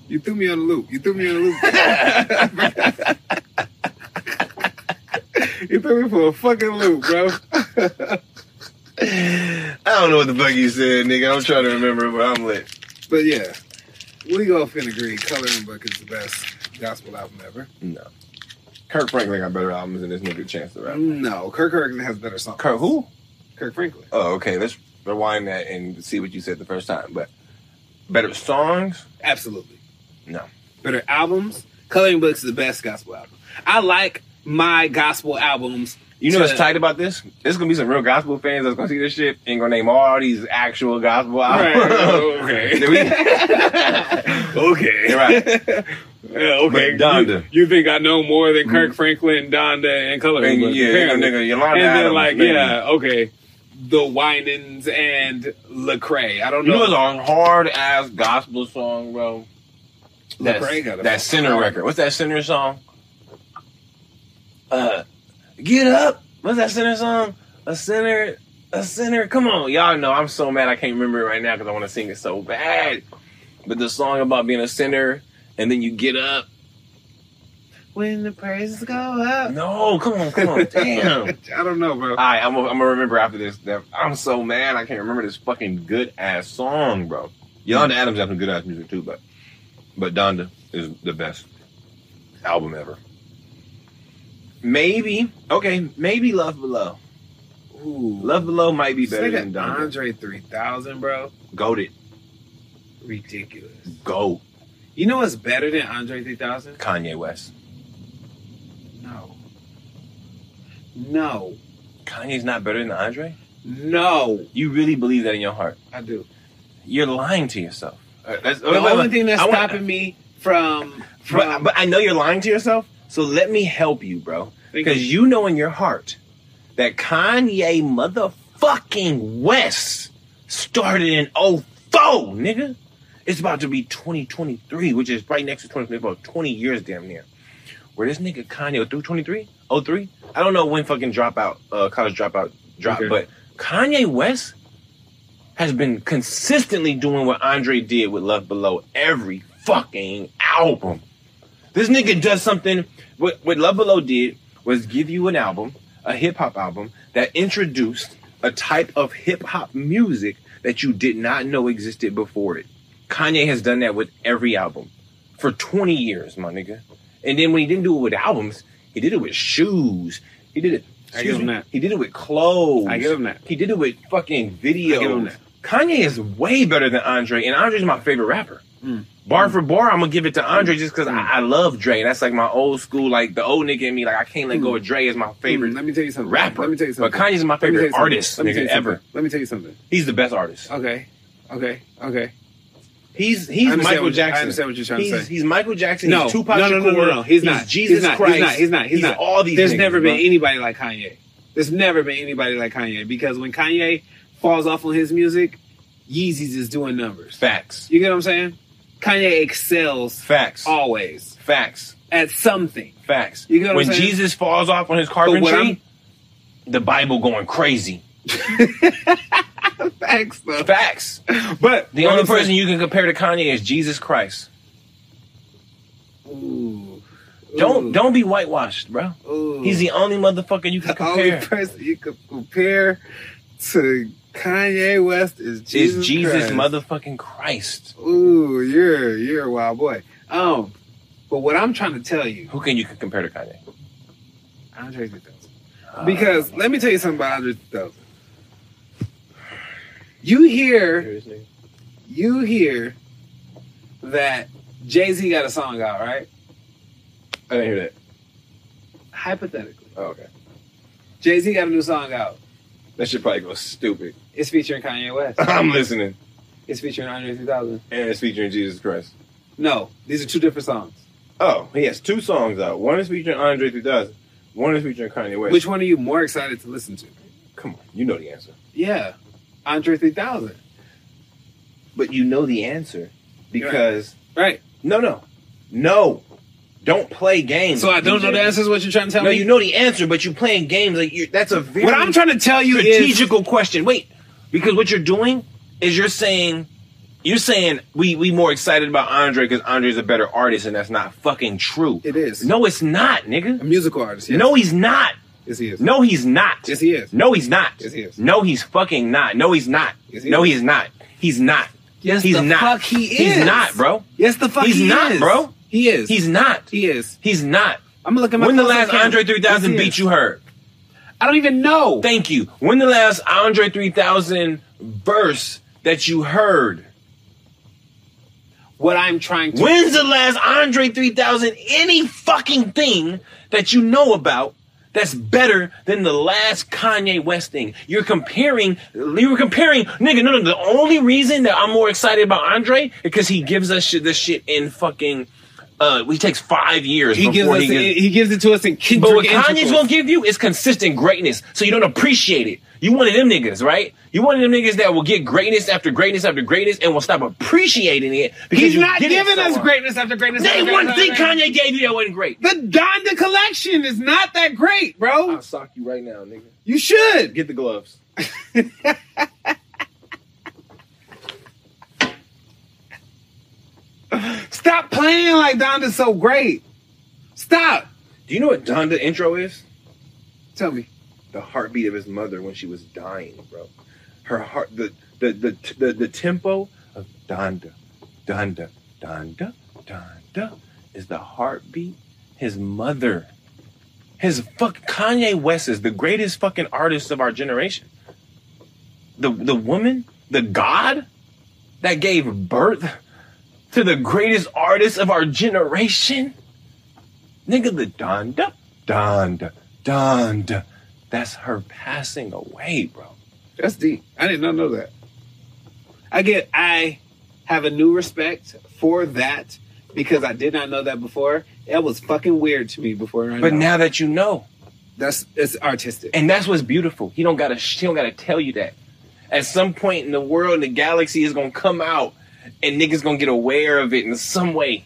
You threw me on a loop. You threw me on a loop.
I
you threw me for a fucking loop, bro.
don't know what the fuck you said, nigga. I'm trying to remember where I'm lit.
but yeah, we both can agree. Color in Book is the best gospel album ever.
No. Kirk Franklin got better albums than this nigga Chance the Rapper.
No, Kirk Franklin has better songs.
Kirk who?
Kirk Franklin.
Oh, okay. Let's rewind that and see what you said the first time. But better songs?
Absolutely.
No.
Better albums. Coloring Books is the best gospel album. I like my gospel albums.
You know what's
to-
tight about this? There's gonna be some real gospel fans that's gonna see this shit and gonna name all these actual gospel albums.
okay. okay.
You're right.
Yeah, okay.
But
You,
Donda. Mm-hmm.
you think I know more than Kirk Franklin, Donda, and Coloring
And,
Book?
yeah,
apparently.
nigga, Yolanda
and then
Adams,
like
maybe.
yeah, okay, the Winans and Lecrae. I don't
You know
know.
what's a hard ass gospel song, bro? That,
Lecrae got a-
that sinner record. What's that sinner song? Uh, get up. What's that sinner song? A sinner, a sinner. Come on, y'all know I'm so mad I can't remember it right now because I want to sing it so bad. But the song about being a sinner and then you get up.
when the praises go up.
No, come on, come on, damn.
I don't know, bro.
All right, I'm gonna I'm gonna remember after this. That I'm so mad I can't remember this fucking good ass song, bro.
Mm.
Yolanda Adams has some good ass music too, but but Donda is the best album ever. Maybe okay, maybe Love Below.
Ooh,
Love Below might be
This
better
nigga
than Donda.
Andre 3000, bro.
Goaded,
Ridiculous.
go
You know what's better than Andre 3000?
Kanye West.
No. No.
Kanye's not better than Andre.
No.
You really believe that in your heart?
I do.
You're lying to yourself. Uh, That's,
The only thing that's
I want-
stopping me from
But,
from
but I know you're lying to yourself, so let me help you, bro. Because you know in your heart that Kanye motherfucking West started in 04, nigga. It's about to be 2023, which is right next to 2024, 20 years damn near. Where this nigga Kanye oh through 23, 03, I don't know when fucking dropout, uh, college dropout dropped,
Okay.
but Kanye West has been consistently doing what Andre did with Love Below every fucking album. This nigga does something. What, what Love Below did was give you an album, a hip hop album, that introduced a type of hip hop music that you did not know existed before it. Kanye has done that with every album for 20 years, my nigga. And then when he didn't do it with albums, he did it with shoes. He did it.
I give him that.
He did it with clothes.
I give him that.
He did it with fucking videos.
I give him that.
Kanye is way better than Andre, and Andre's my favorite rapper.
Mm.
Bar for bar, I'm gonna give it to Andre just because
Mm.
I, I love Dre. That's like my old school, like the old nigga in me. Like I can't let go of Dre as my favorite
Hmm, Let me tell you something.
rapper.
Let me tell you something.
But Kanye's my
Let me tell you
favorite
something.
artist,
Let me tell
nigga,
you something.
ever.
Let me tell you something.
He's the best artist.
Okay. Okay. Okay.
He's he's
I understand
Michael
what-
Jackson.
I understand what you're trying to
he's,
say.
He's Michael Jackson.
No,
he's Tupac
no, no, no,
Shakur,
no, no. He's not.
He's Jesus
He's not.
Christ.
He's not. He's not. He's not.
all these.
There's
niggas,
never
bro.
been anybody like Kanye. There's never been anybody like Kanye because when Kanye falls off on his music, Yeezy's is doing numbers.
facts.
You get what I'm saying? Kanye excels
Facts.
always
Facts.
at something.
Facts.
You get what
when
I'm saying?
Jesus falls off on his
what
carpentry,
I'm-
the Bible going crazy.
Facts though.
Facts.
But
The only person you can compare to Kanye is Jesus Christ.
Ooh.
Don't
Ooh.
don't be whitewashed, bro.
Ooh.
He's the only motherfucker you can
the only
compare.
person you could compare to Kanye West is Jesus.
is Jesus
Christ.
motherfucking Christ.
Ooh, you're you're a wild boy. Um, but what I'm trying to tell you,
Who can you compare to Kanye?
Andre 3000. Because
Uh,
let me tell you something about Andre 3000. You hear, you hear that Jay Z got a song out, right?
I didn't hear that.
Hypothetically,
Oh, okay.
Jay Z got a new song out.
That should probably go stupid.
It's featuring Kanye West.
I'm listening.
It's featuring Andre 3000.
And it's featuring Jesus Christ.
No, these are two different songs.
Oh, he has two songs out. One is featuring Andre 3000. One is featuring Kanye West.
Which one are you more excited to listen to?
Come on, you know the answer.
Yeah, Andre 3000.
But you know the answer because
Right.
no, no, no. Don't play games.
So I don't know the
DJ.
answer is what you're trying to tell
No,
me.
you know the answer, but you're playing games like you. That's a very
what I'm trying to tell you is
strategical question. Wait, because what you're doing is you're saying you're saying we we more excited about Andre because Andre's a better artist, and that's not fucking true.
It is.
No, it's not, nigga.
A musical artist. Yes.
No, he's not.
Yes, he is.
No, he's not.
Yes, he is.
No, he's not.
Yes, he is.
No, he's fucking not. No, he's not.
Yes, he
no,
is.
he's not. He's not.
Yes,
he's
the
not.
fuck he is.
He's not, bro.
Yes, the fuck
He's
he
not,
is.
bro.
He is.
He's not.
he is.
He's not.
I'm looking.
When the last Andre 3000 beat you heard?
I don't even know.
Thank you. When the last Andre 3000 verse that you heard?
what I'm trying to.
When's the last Andre 3000 any fucking thing that you know about that's better than the last Kanye West thing? You're comparing, you were comparing, nigga, no, no, the only reason that I'm more excited about Andre is because he gives us shit, this shit in fucking, uh, he takes five years
he gives
before
us.
he gives.
he gives it to us in Kendrick.
But what Kanye's
entricles.
gonna give you is consistent greatness, so you don't appreciate it. You one of them niggas, right? You one of them niggas that will get greatness after greatness after greatness and will stop appreciating it because
He's
you
not
get it
giving
so
us
much.
greatness after greatness. after
Name
greatness
one
after
thing
greatness.
Kanye gave you that wasn't great.
The Donda collection is not that great, bro.
sock you right now, nigga.
You should.
Get the gloves.
Stop playing like Donda's so great. Stop.
Do you know what Donda intro is?
Tell me.
The heartbeat of his mother when she was dying, bro. Her heart, the the the the, the tempo of Donda, Donda, Donda, Donda is the heartbeat. His mother, his fuck Kanye West is the greatest fucking artist of our generation. The the woman, the God that gave birth to the greatest artist of our generation. Nigga, the Donda, Donda, Donda. That's her passing away, bro.
That's deep. I did not know that. I get I have a new respect for that because I did not know that before. That was fucking weird to me before. and I
But
know.
now that you know,
that's it's artistic.
and that's what's beautiful. He don't gotta she don't gotta tell you that. At some point in the world, the galaxy is gonna come out and niggas gonna get aware of it in some way.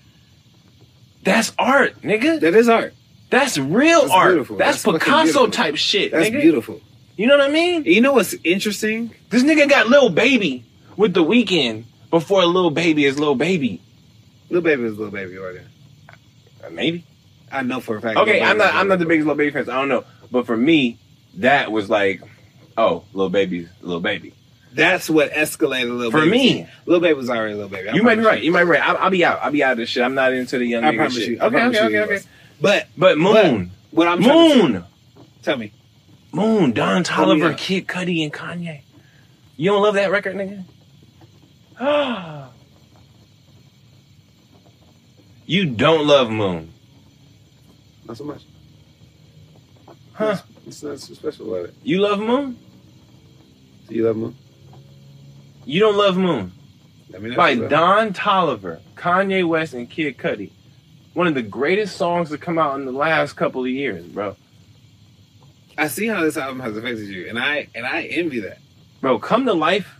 That's art, nigga.
that is art.
That's real
That's
art.
beautiful. That's
That's,
fucking
Picasso
beautiful.
type shit,
That's
nigga.
beautiful.
You know what I mean?
You know what's interesting?
This nigga got Lil Baby with the weekend before Lil Baby is Lil Baby.
Little baby is little baby right there.
Uh, Maybe.
I know for a fact. Lil
Okay,
Baby
I'm
is
not
Lil
I'm not the
Baby.
biggest Lil Baby fan. so I don't know. But for me, that was like, oh, Lil Baby's Lil Baby.
That's what escalated little
For
baby.
me.
little baby was already little baby. I
you might be
promise
right. You might be right. I'll, I'll be out. I'll be out of this shit. I'm not into the young
I
nigga
promise
shit.
you. I
Okay,
promise
okay,
you
okay,
you
okay.
But
But Moon,
what I'm trying to-
Moon,
tell me.
Moon, Don Tolliver,
yeah.
Kid Cudi, and Kanye. You don't love that record, nigga? Ah. you don't love Moon,
Not so much.
huh?
It's not so special about it.
You love Moon?
Do you love Moon?
You don't love Moon.
I mean, that's
by
what-
Don Tolliver, Kanye West, and Kid Cudi. One of the greatest songs to come out in the last couple of years, bro.
I see how this album has affected you, and I and I envy that.
Bro, come to life.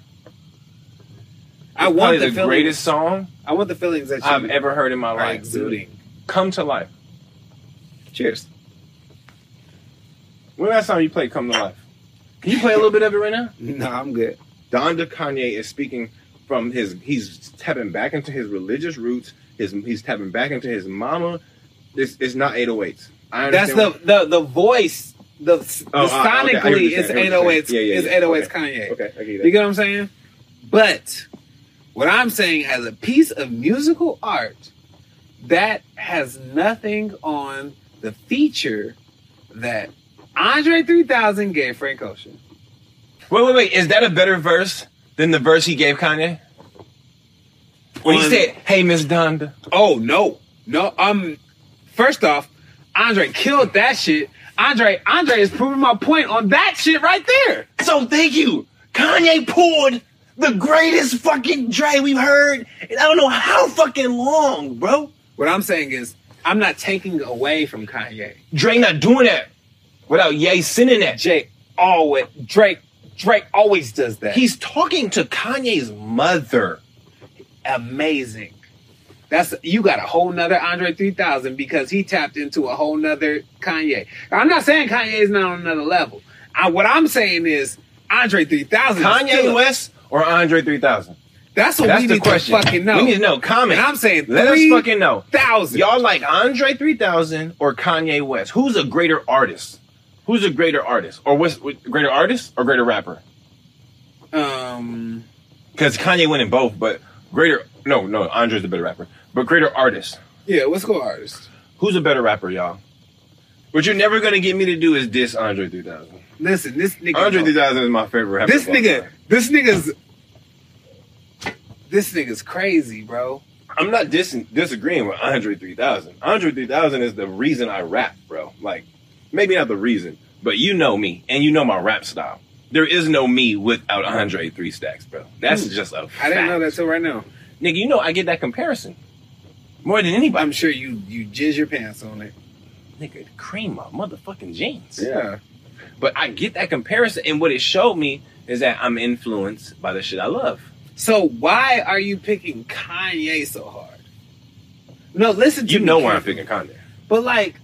I
is
want
probably
the,
the
feelings,
greatest song
I want the feelings that you
I've ever heard in my
are
life.
exuding.
Come to life.
Cheers.
When last time you played Come to Life? Can you play a little bit of it right now?
No, I'm good.
Donda Kanye is speaking from his he's tapping back into his religious roots. His he's tapping back into his mama. This it's not 808s. I
That's
understand
the the the voice the, the
Oh, uh, okay, I hear what
sonically
you're
it's
saying, I hear what you're
808s
saying. Yeah, yeah,
it's
yeah.
808s Kanye.
Okay, I get
You
it.
get what I'm saying? But what I'm saying as a piece of musical art that has nothing on the feature that Andre 3000 gave Frank Ocean.
Wait, wait, wait. Is that a better verse than the verse he gave Kanye? When he
On-
said, "Hey, Miss Donda."
Oh no, no. Um, first off, Andre killed that shit. Andre, Andre is proving my point on that shit right there.
So thank you. Kanye pulled the greatest fucking Dre we've heard, and I don't know how fucking long, bro.
What I'm saying is, I'm not taking away from Kanye.
Dre not doing that without Ye sending that.
Jake always Drake Drake always does that.
He's talking to Kanye's mother.
amazing. That's you got a whole nother Andre 3000 because he tapped into a whole nother Kanye. I'm not saying Kanye is not on another level. I, what I'm saying is Andre 3000. is still
Kanye
a-
West or Andre 3000?
That's what
That's
we
the
need
question.
to fucking know.
We need to know. Comment.
And I'm saying
Let us
3,
fucking know.
thousand.
Y'all like Andre 3000 or Kanye West? Who's a greater artist? Who's a greater artist? Or what's what- greater artist or greater rapper?
Um,
Because Kanye went in both, but greater. No, no, Andre's the better rapper. But greater artist.
yeah, what's cool artist?
Who's a better rapper, y'all? What you're never gonna get me to do is diss Andre 3000.
Listen, this nigga.
Andre 3000 is my favorite rapper.
this
of all
nigga,
time.
this nigga's, this nigga's crazy, bro.
I'm not dis- disagreeing with Andre 3000. Andre 3000 is the reason I rap, bro. Like, maybe not the reason, but you know me and you know my rap style. There is no me without Andre 3 Stacks, bro. That's
Mm.
just a fact.
I didn't know that till right now.
Nigga, you know I get that comparison more than anybody.
I'm sure you you jizz your pants on it.
nigga, cream my motherfucking jeans.
Yeah.
But I get that comparison, and what it showed me is that I'm influenced by the shit I love.
So why are you picking Kanye so hard? No, listen to
You
me,
know
Kanye.
why I'm picking Kanye.
But like,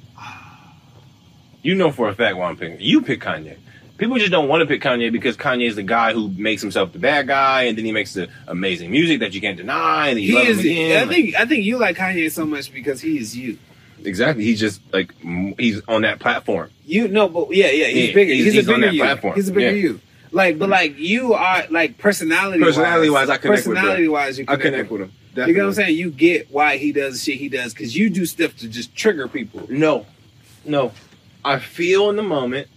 You know for a fact why I'm picking. You pick Kanye. People just don't want to pick Kanye because Kanye's the guy who makes himself the bad guy, and then he makes the amazing music that you can't deny, and then you
he
love
is.
him again.
I think I think you like Kanye so much because he is you.
exactly. He's just like m- he's on that platform.
You no, but yeah, yeah, he's
Yeah,
bigger.
he's-
He's,
he's
a
on
bigger
that
you.
platform.
He's a bigger
Yeah.
you. Like, but like you are like personality.
Personality-wise, I connect with
Personality wise, you
I
connect.
connect
with.
with him.
You get what I'm saying? You get why he does the shit he does because you do stuff to just trigger people.
No, no. I feel in the moment,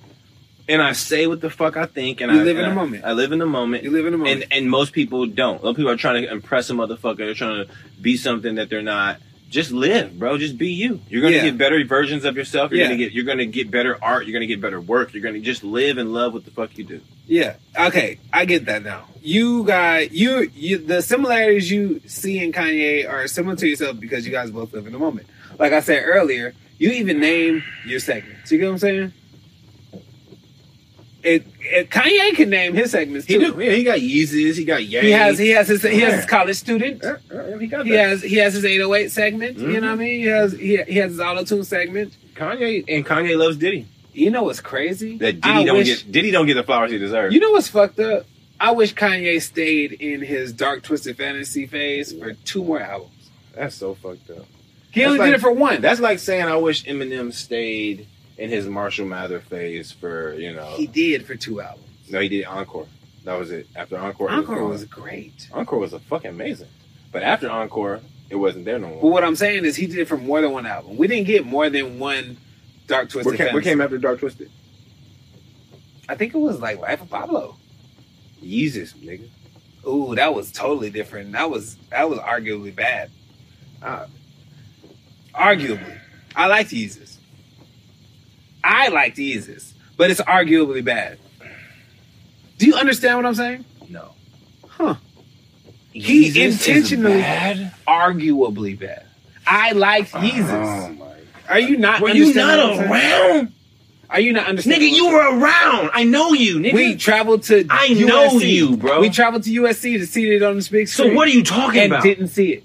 and I say what the fuck I think, and
You
I
live in
and
the
I-
moment.
I live in the moment.
You live in the moment.
and and most people don't. A lot of people are trying to impress a motherfucker. They're trying to be something that they're not. Just live, bro. Just be you. You're gonna
Yeah.
get better versions of yourself. You're
Yeah.
gonna get you're gonna get better art. You're gonna get better work. You're gonna just live and love what the fuck you do.
Yeah. Okay, I get that now. You guys, you, you, the similarities you see in Kanye are similar to yourself because you guys both live in the moment. Like I said earlier, you even name your segments. You get what I'm saying? It, it Kanye can name his segments too.
Yeah, he got Yeezys. He got Yeezys.
He has he has his he has his college student.
he got
He has he has his 808 segment. You
Mm-hmm.
know what I mean? He has he, he has his auto tune segment.
Kanye and Kanye loves Diddy.
You know what's crazy?
That Diddy
I
don't
wish-
get Diddy don't get the flowers he deserves.
You know what's fucked up? I wish Kanye stayed in his dark twisted fantasy phase for two more albums.
That's so fucked up.
He
That's
only
like-
did it for one.
That's like saying I wish Eminem stayed in his Marshall Mather phase for you know.
he did for two albums.
no, he did Encore. That was it. After Encore, it
Encore
gone.
was great.
Encore was a fucking amazing. But after Encore, it wasn't there no
But
more.
what I'm saying is he did it for more than one album. We didn't get more than one dark twisted
What came,
fantasy.
what came after Dark Twisted?
I think it was like Life of Pablo.
Yeezus, nigga.
Ooh, that was totally different. That was that was arguably bad. Uh,
Ah.
arguably, I liked Yeezus. I liked Yeezus, but it's arguably bad. Do you understand what I'm saying?
No.
Huh. He
Yeezus is
intentionally-
bad?
Arguably bad. I liked Yeezus.
Oh my.
Are you not?
Were you
understanding
not
what I'm saying?
around,
Are you not understanding?
nigga?
what
You
I'm
were around. I know you, nigga.
saying? We traveled to.
I know
USC.
you, bro.
We traveled to USC to see it on the big
so
screen.
what are you talking
and
about?
didn't see it.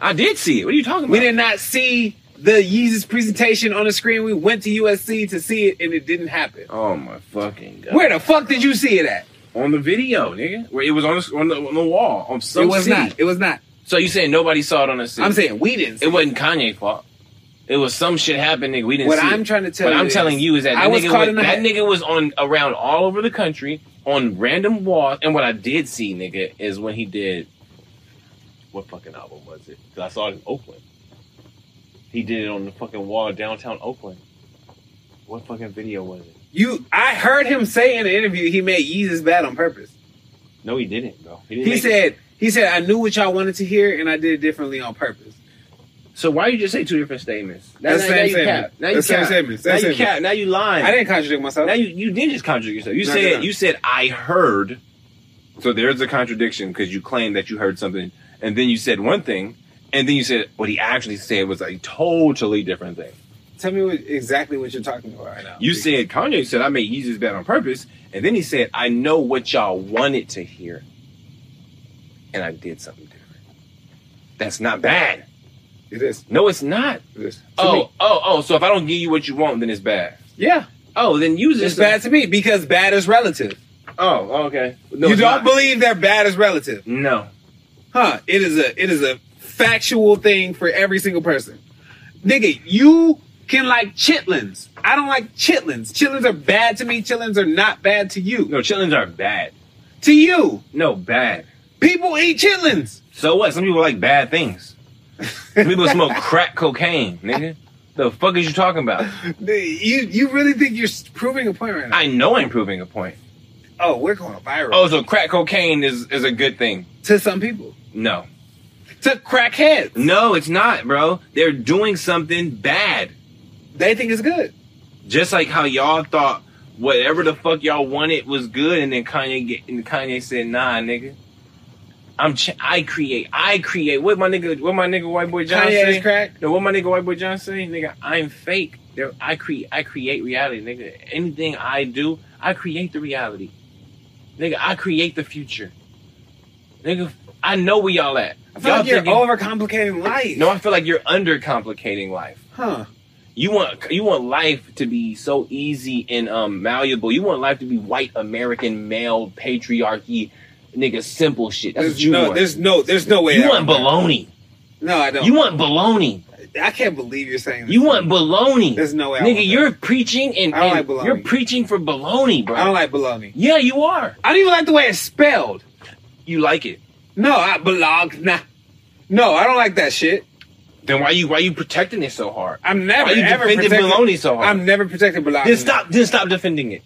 I did see it. What are you talking about?
We did not see the Yeezus presentation on the screen. We went to USC to see it, and it didn't happen.
Oh my fucking god!
Where the fuck did you see it at?
on the video, nigga? Where it was on the, on the on the wall on some.
it was
seat.
not. It was not.
So you saying nobody saw it on the? Seat.
I'm saying we didn't. See
it wasn't Kanye's fault.
It was some shit happened, nigga. We didn't
What
see
I'm
it.
trying to tell
But
you,
I'm
is,
telling you is that
I
that,
was
nigga
caught
was,
in the
that
ha-
nigga was on around all over the country on random walls. And what I did see, nigga, is when he did what fucking album was it? Because I saw it in Oakland. He did it on the fucking wall of downtown Oakland. What fucking video was it?
you. I heard him say in the interview he made Yeezus bad on purpose.
No, he didn't, bro. didn't
He
make it.
said he said I knew what y'all wanted to hear and I did it differently on purpose.
So why you just say two different statements? Now,
That's
now,
same
now you
statement.
cap. Now you
That's same
cap.
statement. Same
Now you
statement.
cap. Now you lying.
I didn't contradict myself.
Now you you did just contradict yourself. You
No,
said
no, no.
you said I heard.
So there's a contradiction because you claim that you heard something and then you said one thing and then you said what he actually said was a totally different thing.
Tell me what, exactly what you're talking about right now.
You said Kanye said I made Yeezus bad on purpose and then he said I know what y'all wanted to hear and I did something different. That's not bad.
it is.
No, it's not.
It is. To
Oh
me.
oh oh. So
So if I don't give you what you want, then it's bad.
yeah,
oh then you
it's
just
bad to me because bad is relative.
Oh, okay. No,
you
it's
don't
not.
believe that bad is relative,
No.
huh? It is a it is a factual thing for every single person. Nigga, you can like chitlins. I don't like chitlins. Chitlins are bad to me. Chitlins are not bad to you.
No, chitlins are bad.
To you,
No, bad.
people eat chitlins.
So what? Some people like bad things. Some people smoke crack cocaine, nigga. The fuck is you talking about?
You you really think you're s- proving a point right now?
I know I'm proving a point.
oh, we're going viral
Oh, so crack cocaine is is a good thing.
to some people.
No.
To crackheads,
No, it's not, bro. They're doing something bad.
they think it's good.
Just like how y'all thought whatever the fuck y'all wanted was good and then Kanye get, and Kanye said, "Nah, nigga. I'm ch- I create. I create. What my nigga what my nigga white boy John
Kanye
say?
is crack.
No, what my nigga White Boy John say, nigga, I'm fake. There, I create, I create reality, nigga. Anything I do, I create the reality, nigga. I create the future, nigga. I know where y'all at.
I feel
Y'all
like you're
thinking-
overcomplicating life.
no, I feel like you're undercomplicating life.
huh?
You want, you want life to be so easy and um malleable. You want life to be white American male patriarchy, nigga. Simple shit. That's what
There's
you
no,
want.
there's no, there's no way.
you
that
want
would work.
baloney.
No, I don't.
You want baloney.
I can't believe you're saying this.
You want baloney.
There's no way. I want
Nigga,
that.
you're preaching and,
I don't
and
like baloney.
you're preaching for baloney, bro.
I don't like baloney.
yeah, you are.
I don't even like the way it's spelled.
You like it.
No, I belong. Nah. No, I don't like that shit.
Then why you why you protecting it so hard?
I'm
Why
never
you
ever
defending
protected.
baloney so hard?
I'm never protected baloney.
then stop then stop defending it.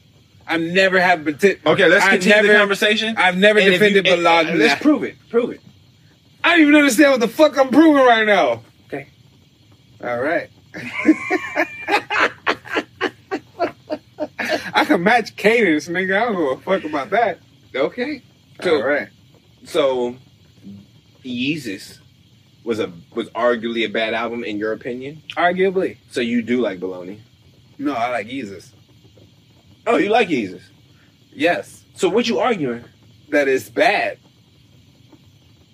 I'm never have protected.
Okay, let's
I've
continue
never,
the conversation.
I've never
And if you-
defended
and-
baloney.
and Let's prove it. Prove it.
I don't even understand what the fuck I'm proving right now.
Okay.
All right. I can match cadence, nigga. I don't give a fuck about that.
Okay. So
All right.
so Yeezus was a was arguably a bad album in your opinion.
Arguably.
So you do like baloney.
No, I like Jesus.
Oh, you like Yeezus.
Yes.
So what you arguing?
That is bad.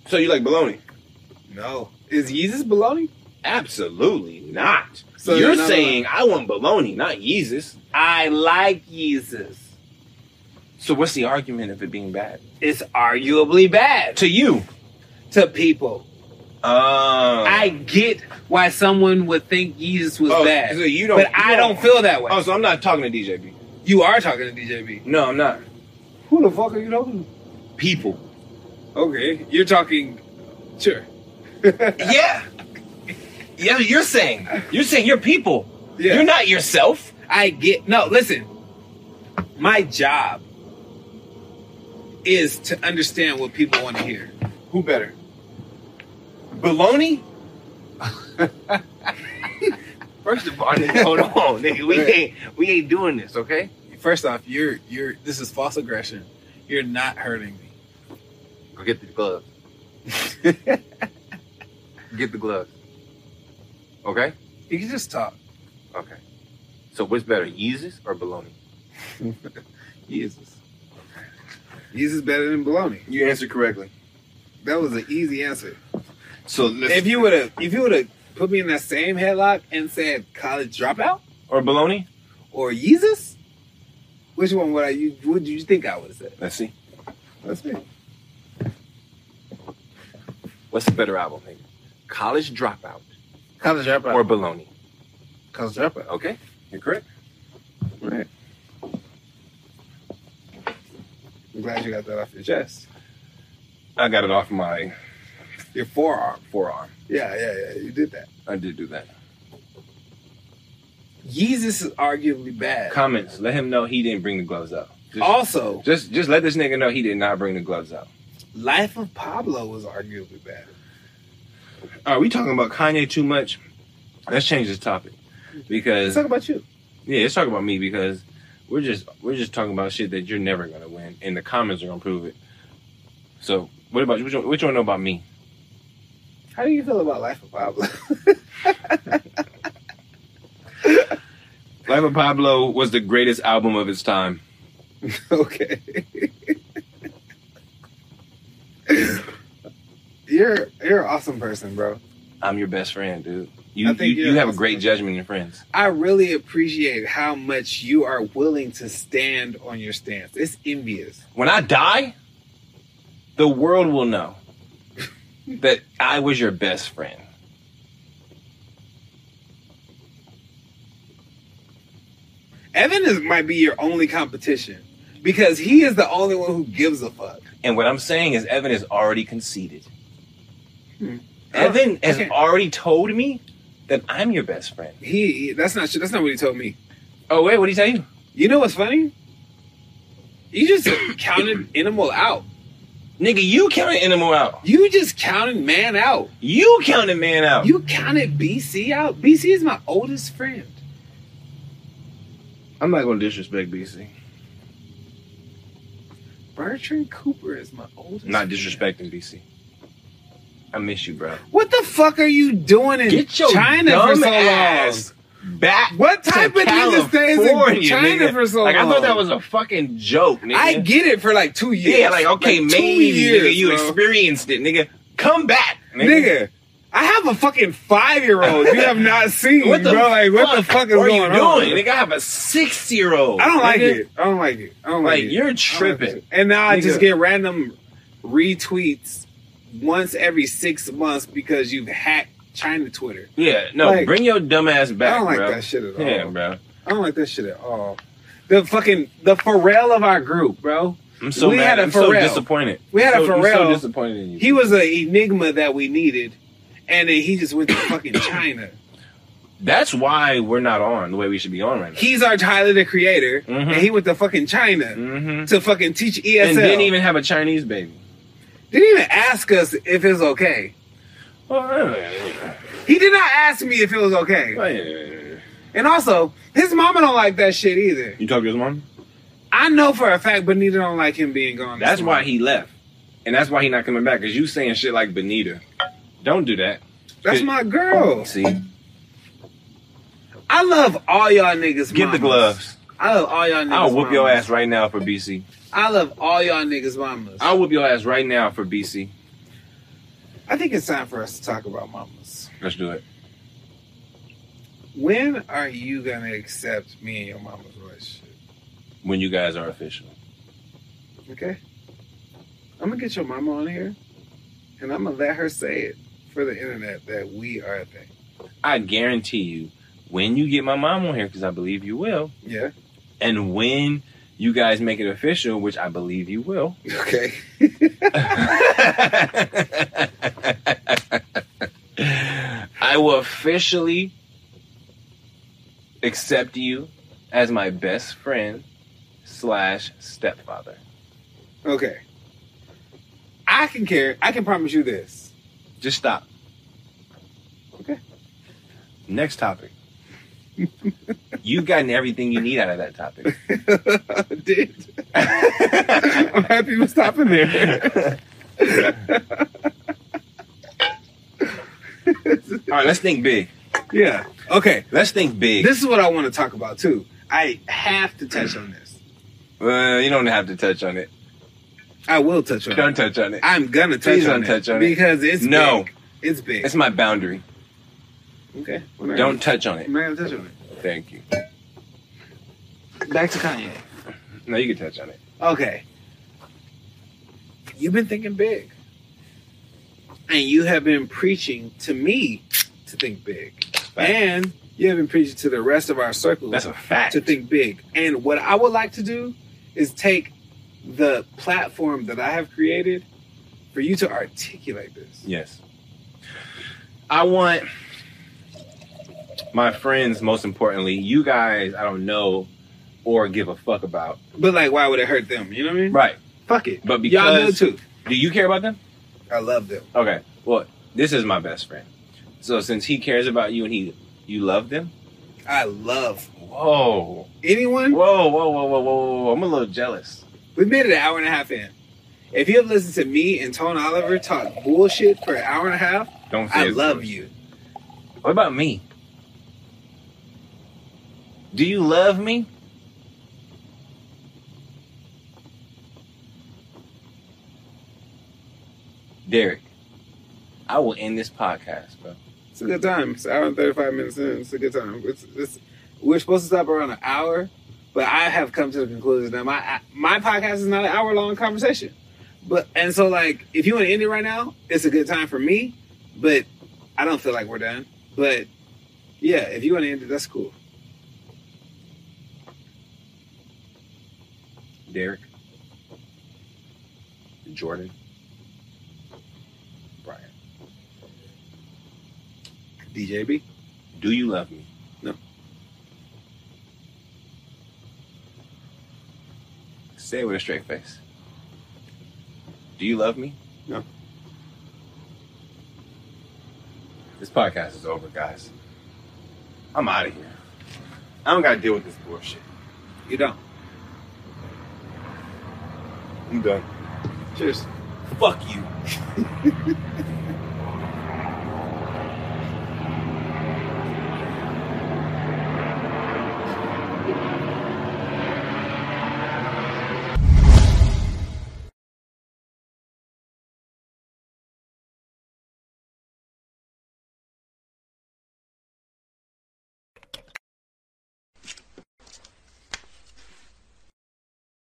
So you like baloney?
No. Is Jesus baloney?
Absolutely not.
So
You're
you're not
saying I want baloney, not Yeezus.
I like Jesus.
So what's the argument of it being bad
It's arguably bad
to you?
to people.
Oh, I
I get why someone would think Jesus was
Oh,
bad.
so you don't-
but I
you don't-
don't feel that way.
oh, so I'm not talking to DJB.
You are talking to DJB.
No, I'm not.
Who the fuck are you talking
People.
to? Okay, you're talking. Sure.
yeah. Yeah, you're saying you're saying you're people.
Yeah.
You're not yourself.
I get no. Listen, my job is to understand what people want to hear.
Who better? Baloney. First of all, nigga, hold on, nigga. We
Right.
ain't we ain't doing this, okay?
First off, you're you're. This is false aggression. You're not hurting me.
Go get the gloves. Get the gloves. Okay?
you can just talk.
Okay. So what's better, Yeezus or baloney?
Jesus. Jesus is better than baloney.
You answered correctly.
That was an easy answer.
So let's,
If you would have, if you would have put me in that same headlock and said college dropout
or baloney?
or Jesus, which one would I? You would you think I would have said?
Let's see.
That's me.
What's the better album, nigga? College Dropout
College dropout
or baloney?
Comes rapper.
Okay, you're correct.
Right.
I'm glad you got that off your chest.
Chest. I got it off my
Your forearm.
forearm.
Yeah, yeah, yeah. You did that.
I did do that.
Yeezus is arguably bad.
Comments. Let him know he didn't bring the gloves up. Just,
Also,
just just let this nigga know he did not bring the gloves up.
Life of Pablo was arguably bad.
Are we talking about Kanye too much? Let's change this topic because
Let's talk about you.
yeah, let's talk about me because we're just we're just talking about shit that you're never gonna win, and the comments are gonna prove it. So what about you? What you, what you wanna know about me?
How do you feel about Life of Pablo?
Life of Pablo was the greatest album of its time.
okay. you're you're an awesome person, bro.
I'm your best friend, dude.
I
You
think
you,
you're
you have a
awesome.
great judgment in friends.
I really appreciate how much you are willing to stand on your stance. It's envious.
When I die, the world will know that I was your best friend.
Evan is might be your only competition because he is the only one who gives a fuck.
And what I'm saying is, Evan has already conceded.
Hmm.
Evan has
Okay.
already told me that I'm your best friend.
He he- that's not that's not what he told me.
Oh wait, what did he tell you?
You know what's funny? You just counted animal out.
Nigga, you counted Animal out.
You just counted man out.
You counted Man out.
You counted BC out. BC is my oldest friend.
I'm not gonna disrespect BC.
Bertrand Cooper is my oldest.
Not
friend.
disrespecting BC. I miss you, bro.
What the fuck are you doing in
Get your
China
dumb
for so
ass back.
long? What type
to
of nigga stays in
California,
China
nigga.
for so
Like
long?
I thought that was a fucking joke, nigga.
I get it for like two years.
Yeah, like okay,
Like, two
maybe nigga,
years,
you
bro.
experienced it, nigga. Come back, nigga.
nigga. I have a fucking five year old you have not seen,
What the
bro. Like, what the fuck is
are
going
you
on?
doing? Nigga, I have a six year old.
I don't like it. I don't like it. I don't like,
Like
it.
you're
I don't like
tripping.
it. And now I just
Nigga.
get random retweets once every six months because you've hacked China Twitter.
Yeah, no,
Like-
bring your dumb ass back.
I don't like
bro.
that shit at all.
Yeah, bro.
I don't like that shit at all. The fucking the Pharrell of our group, bro.
I'm so
We
mad.
had a
I'm so
Pharrell.
disappointed.
We had a
So- I'm
Pharrell.
so disappointed in you.
He was an enigma that we needed, and then he just went to fucking China.
That's why we're not on the way we should be on right now.
He's our Tyler the Creator,
Mhm.
and he went to fucking China
mm-hmm.
to fucking teach E ESL.
And didn't even have a Chinese baby.
didn't even ask us if it's okay.
Oh,
He did not ask me if it was okay.
Oh, You
And also, his mama don't like that shit either.
talk to his mom?
I know for a fact Benita don't like him being gone. this
That's why
long.
he left, and that's why he not coming back. Cause you saying shit like Benita. Don't do that.
That's my girl.
See,
I love all y'all niggas.
get
mamas.
the gloves.
I love all y'all niggas.
I'll whoop your
mamas.
ass right now for BC.
I love all y'all niggas mamas.
I'll whoop your ass right now for BC.
I think it's time for us to talk about mamas.
Let's do it.
When are you gonna accept me and your mama's relationship?
When you guys are official.
Okay? I'm gonna get your mama on here and I'm gonna let her say it for the internet that we are a thing.
I guarantee you, when you get my mom on here, because I believe you will,
Yeah?
and when you guys make it official, which I believe you will,
Okay.
I will officially accept you as my best friend slash stepfather.
Okay. I can care. I can promise you this.
Just stop.
Okay.
Next topic. You've gotten everything you need out of that topic.
Did. I'm happy we're stopping there.
All right, let's think big.
yeah. Okay.
Let's think big.
This is what I want to talk about too. I have to touch on this.
Uh, you don't have to touch on it.
I will touch on
Don't
it.
touch on it.
I'm gonna touch
Please
on
don't
it
touch on it.
because it's
No.
big. It's big.
It's my boundary.
okay.
Don't touch on it.
I'm not gonna touch on it.
Thank you.
Back to Kanye.
No, you can touch on it.
Okay. You've been thinking big. And you have been preaching to me to think big.
Facts.
And you have been preaching to the rest of our circle
That's a fact.
to think big. And what I would like to do is take the platform that I have created for you to articulate this.
Yes. I want my friends, most importantly, you guys, I don't know or give a fuck about.
But like, why would it hurt them? You know what I mean?
Right.
Fuck it.
But
Y'all know
because-
too.
Do you care about them?
I love them.
Okay. Well, this is my best friend. So since he cares about you and he you love them?
I love
Whoa.
anyone.
Whoa, whoa, whoa, whoa, whoa, whoa, whoa. I'm a little jealous.
We've made it an hour and a half in. If you have listened to me and Tone Oliver talk bullshit for an hour and a half,
Don't feel
I love you.
What about me? Do you love me? Derek, I will end this podcast, bro.
It's a good time. It's an hour and 35 minutes in. It's a good time. It's, it's, we're supposed to stop around an hour, but I have come to the conclusion that my my podcast is not an hour long conversation. But and so like if you want to end it right now, it's a good time for me. But I don't feel like we're done. But yeah, if you want to end it, that's cool.
Derek, Jordan, Brian,
DJB,
do you love me?
No.
Say it with a straight face. Do you love me?
No.
This podcast is over, guys. I'm out of here. I don't got to deal with this bullshit.
you don't.
I'm done.
Cheers.
Fuck you.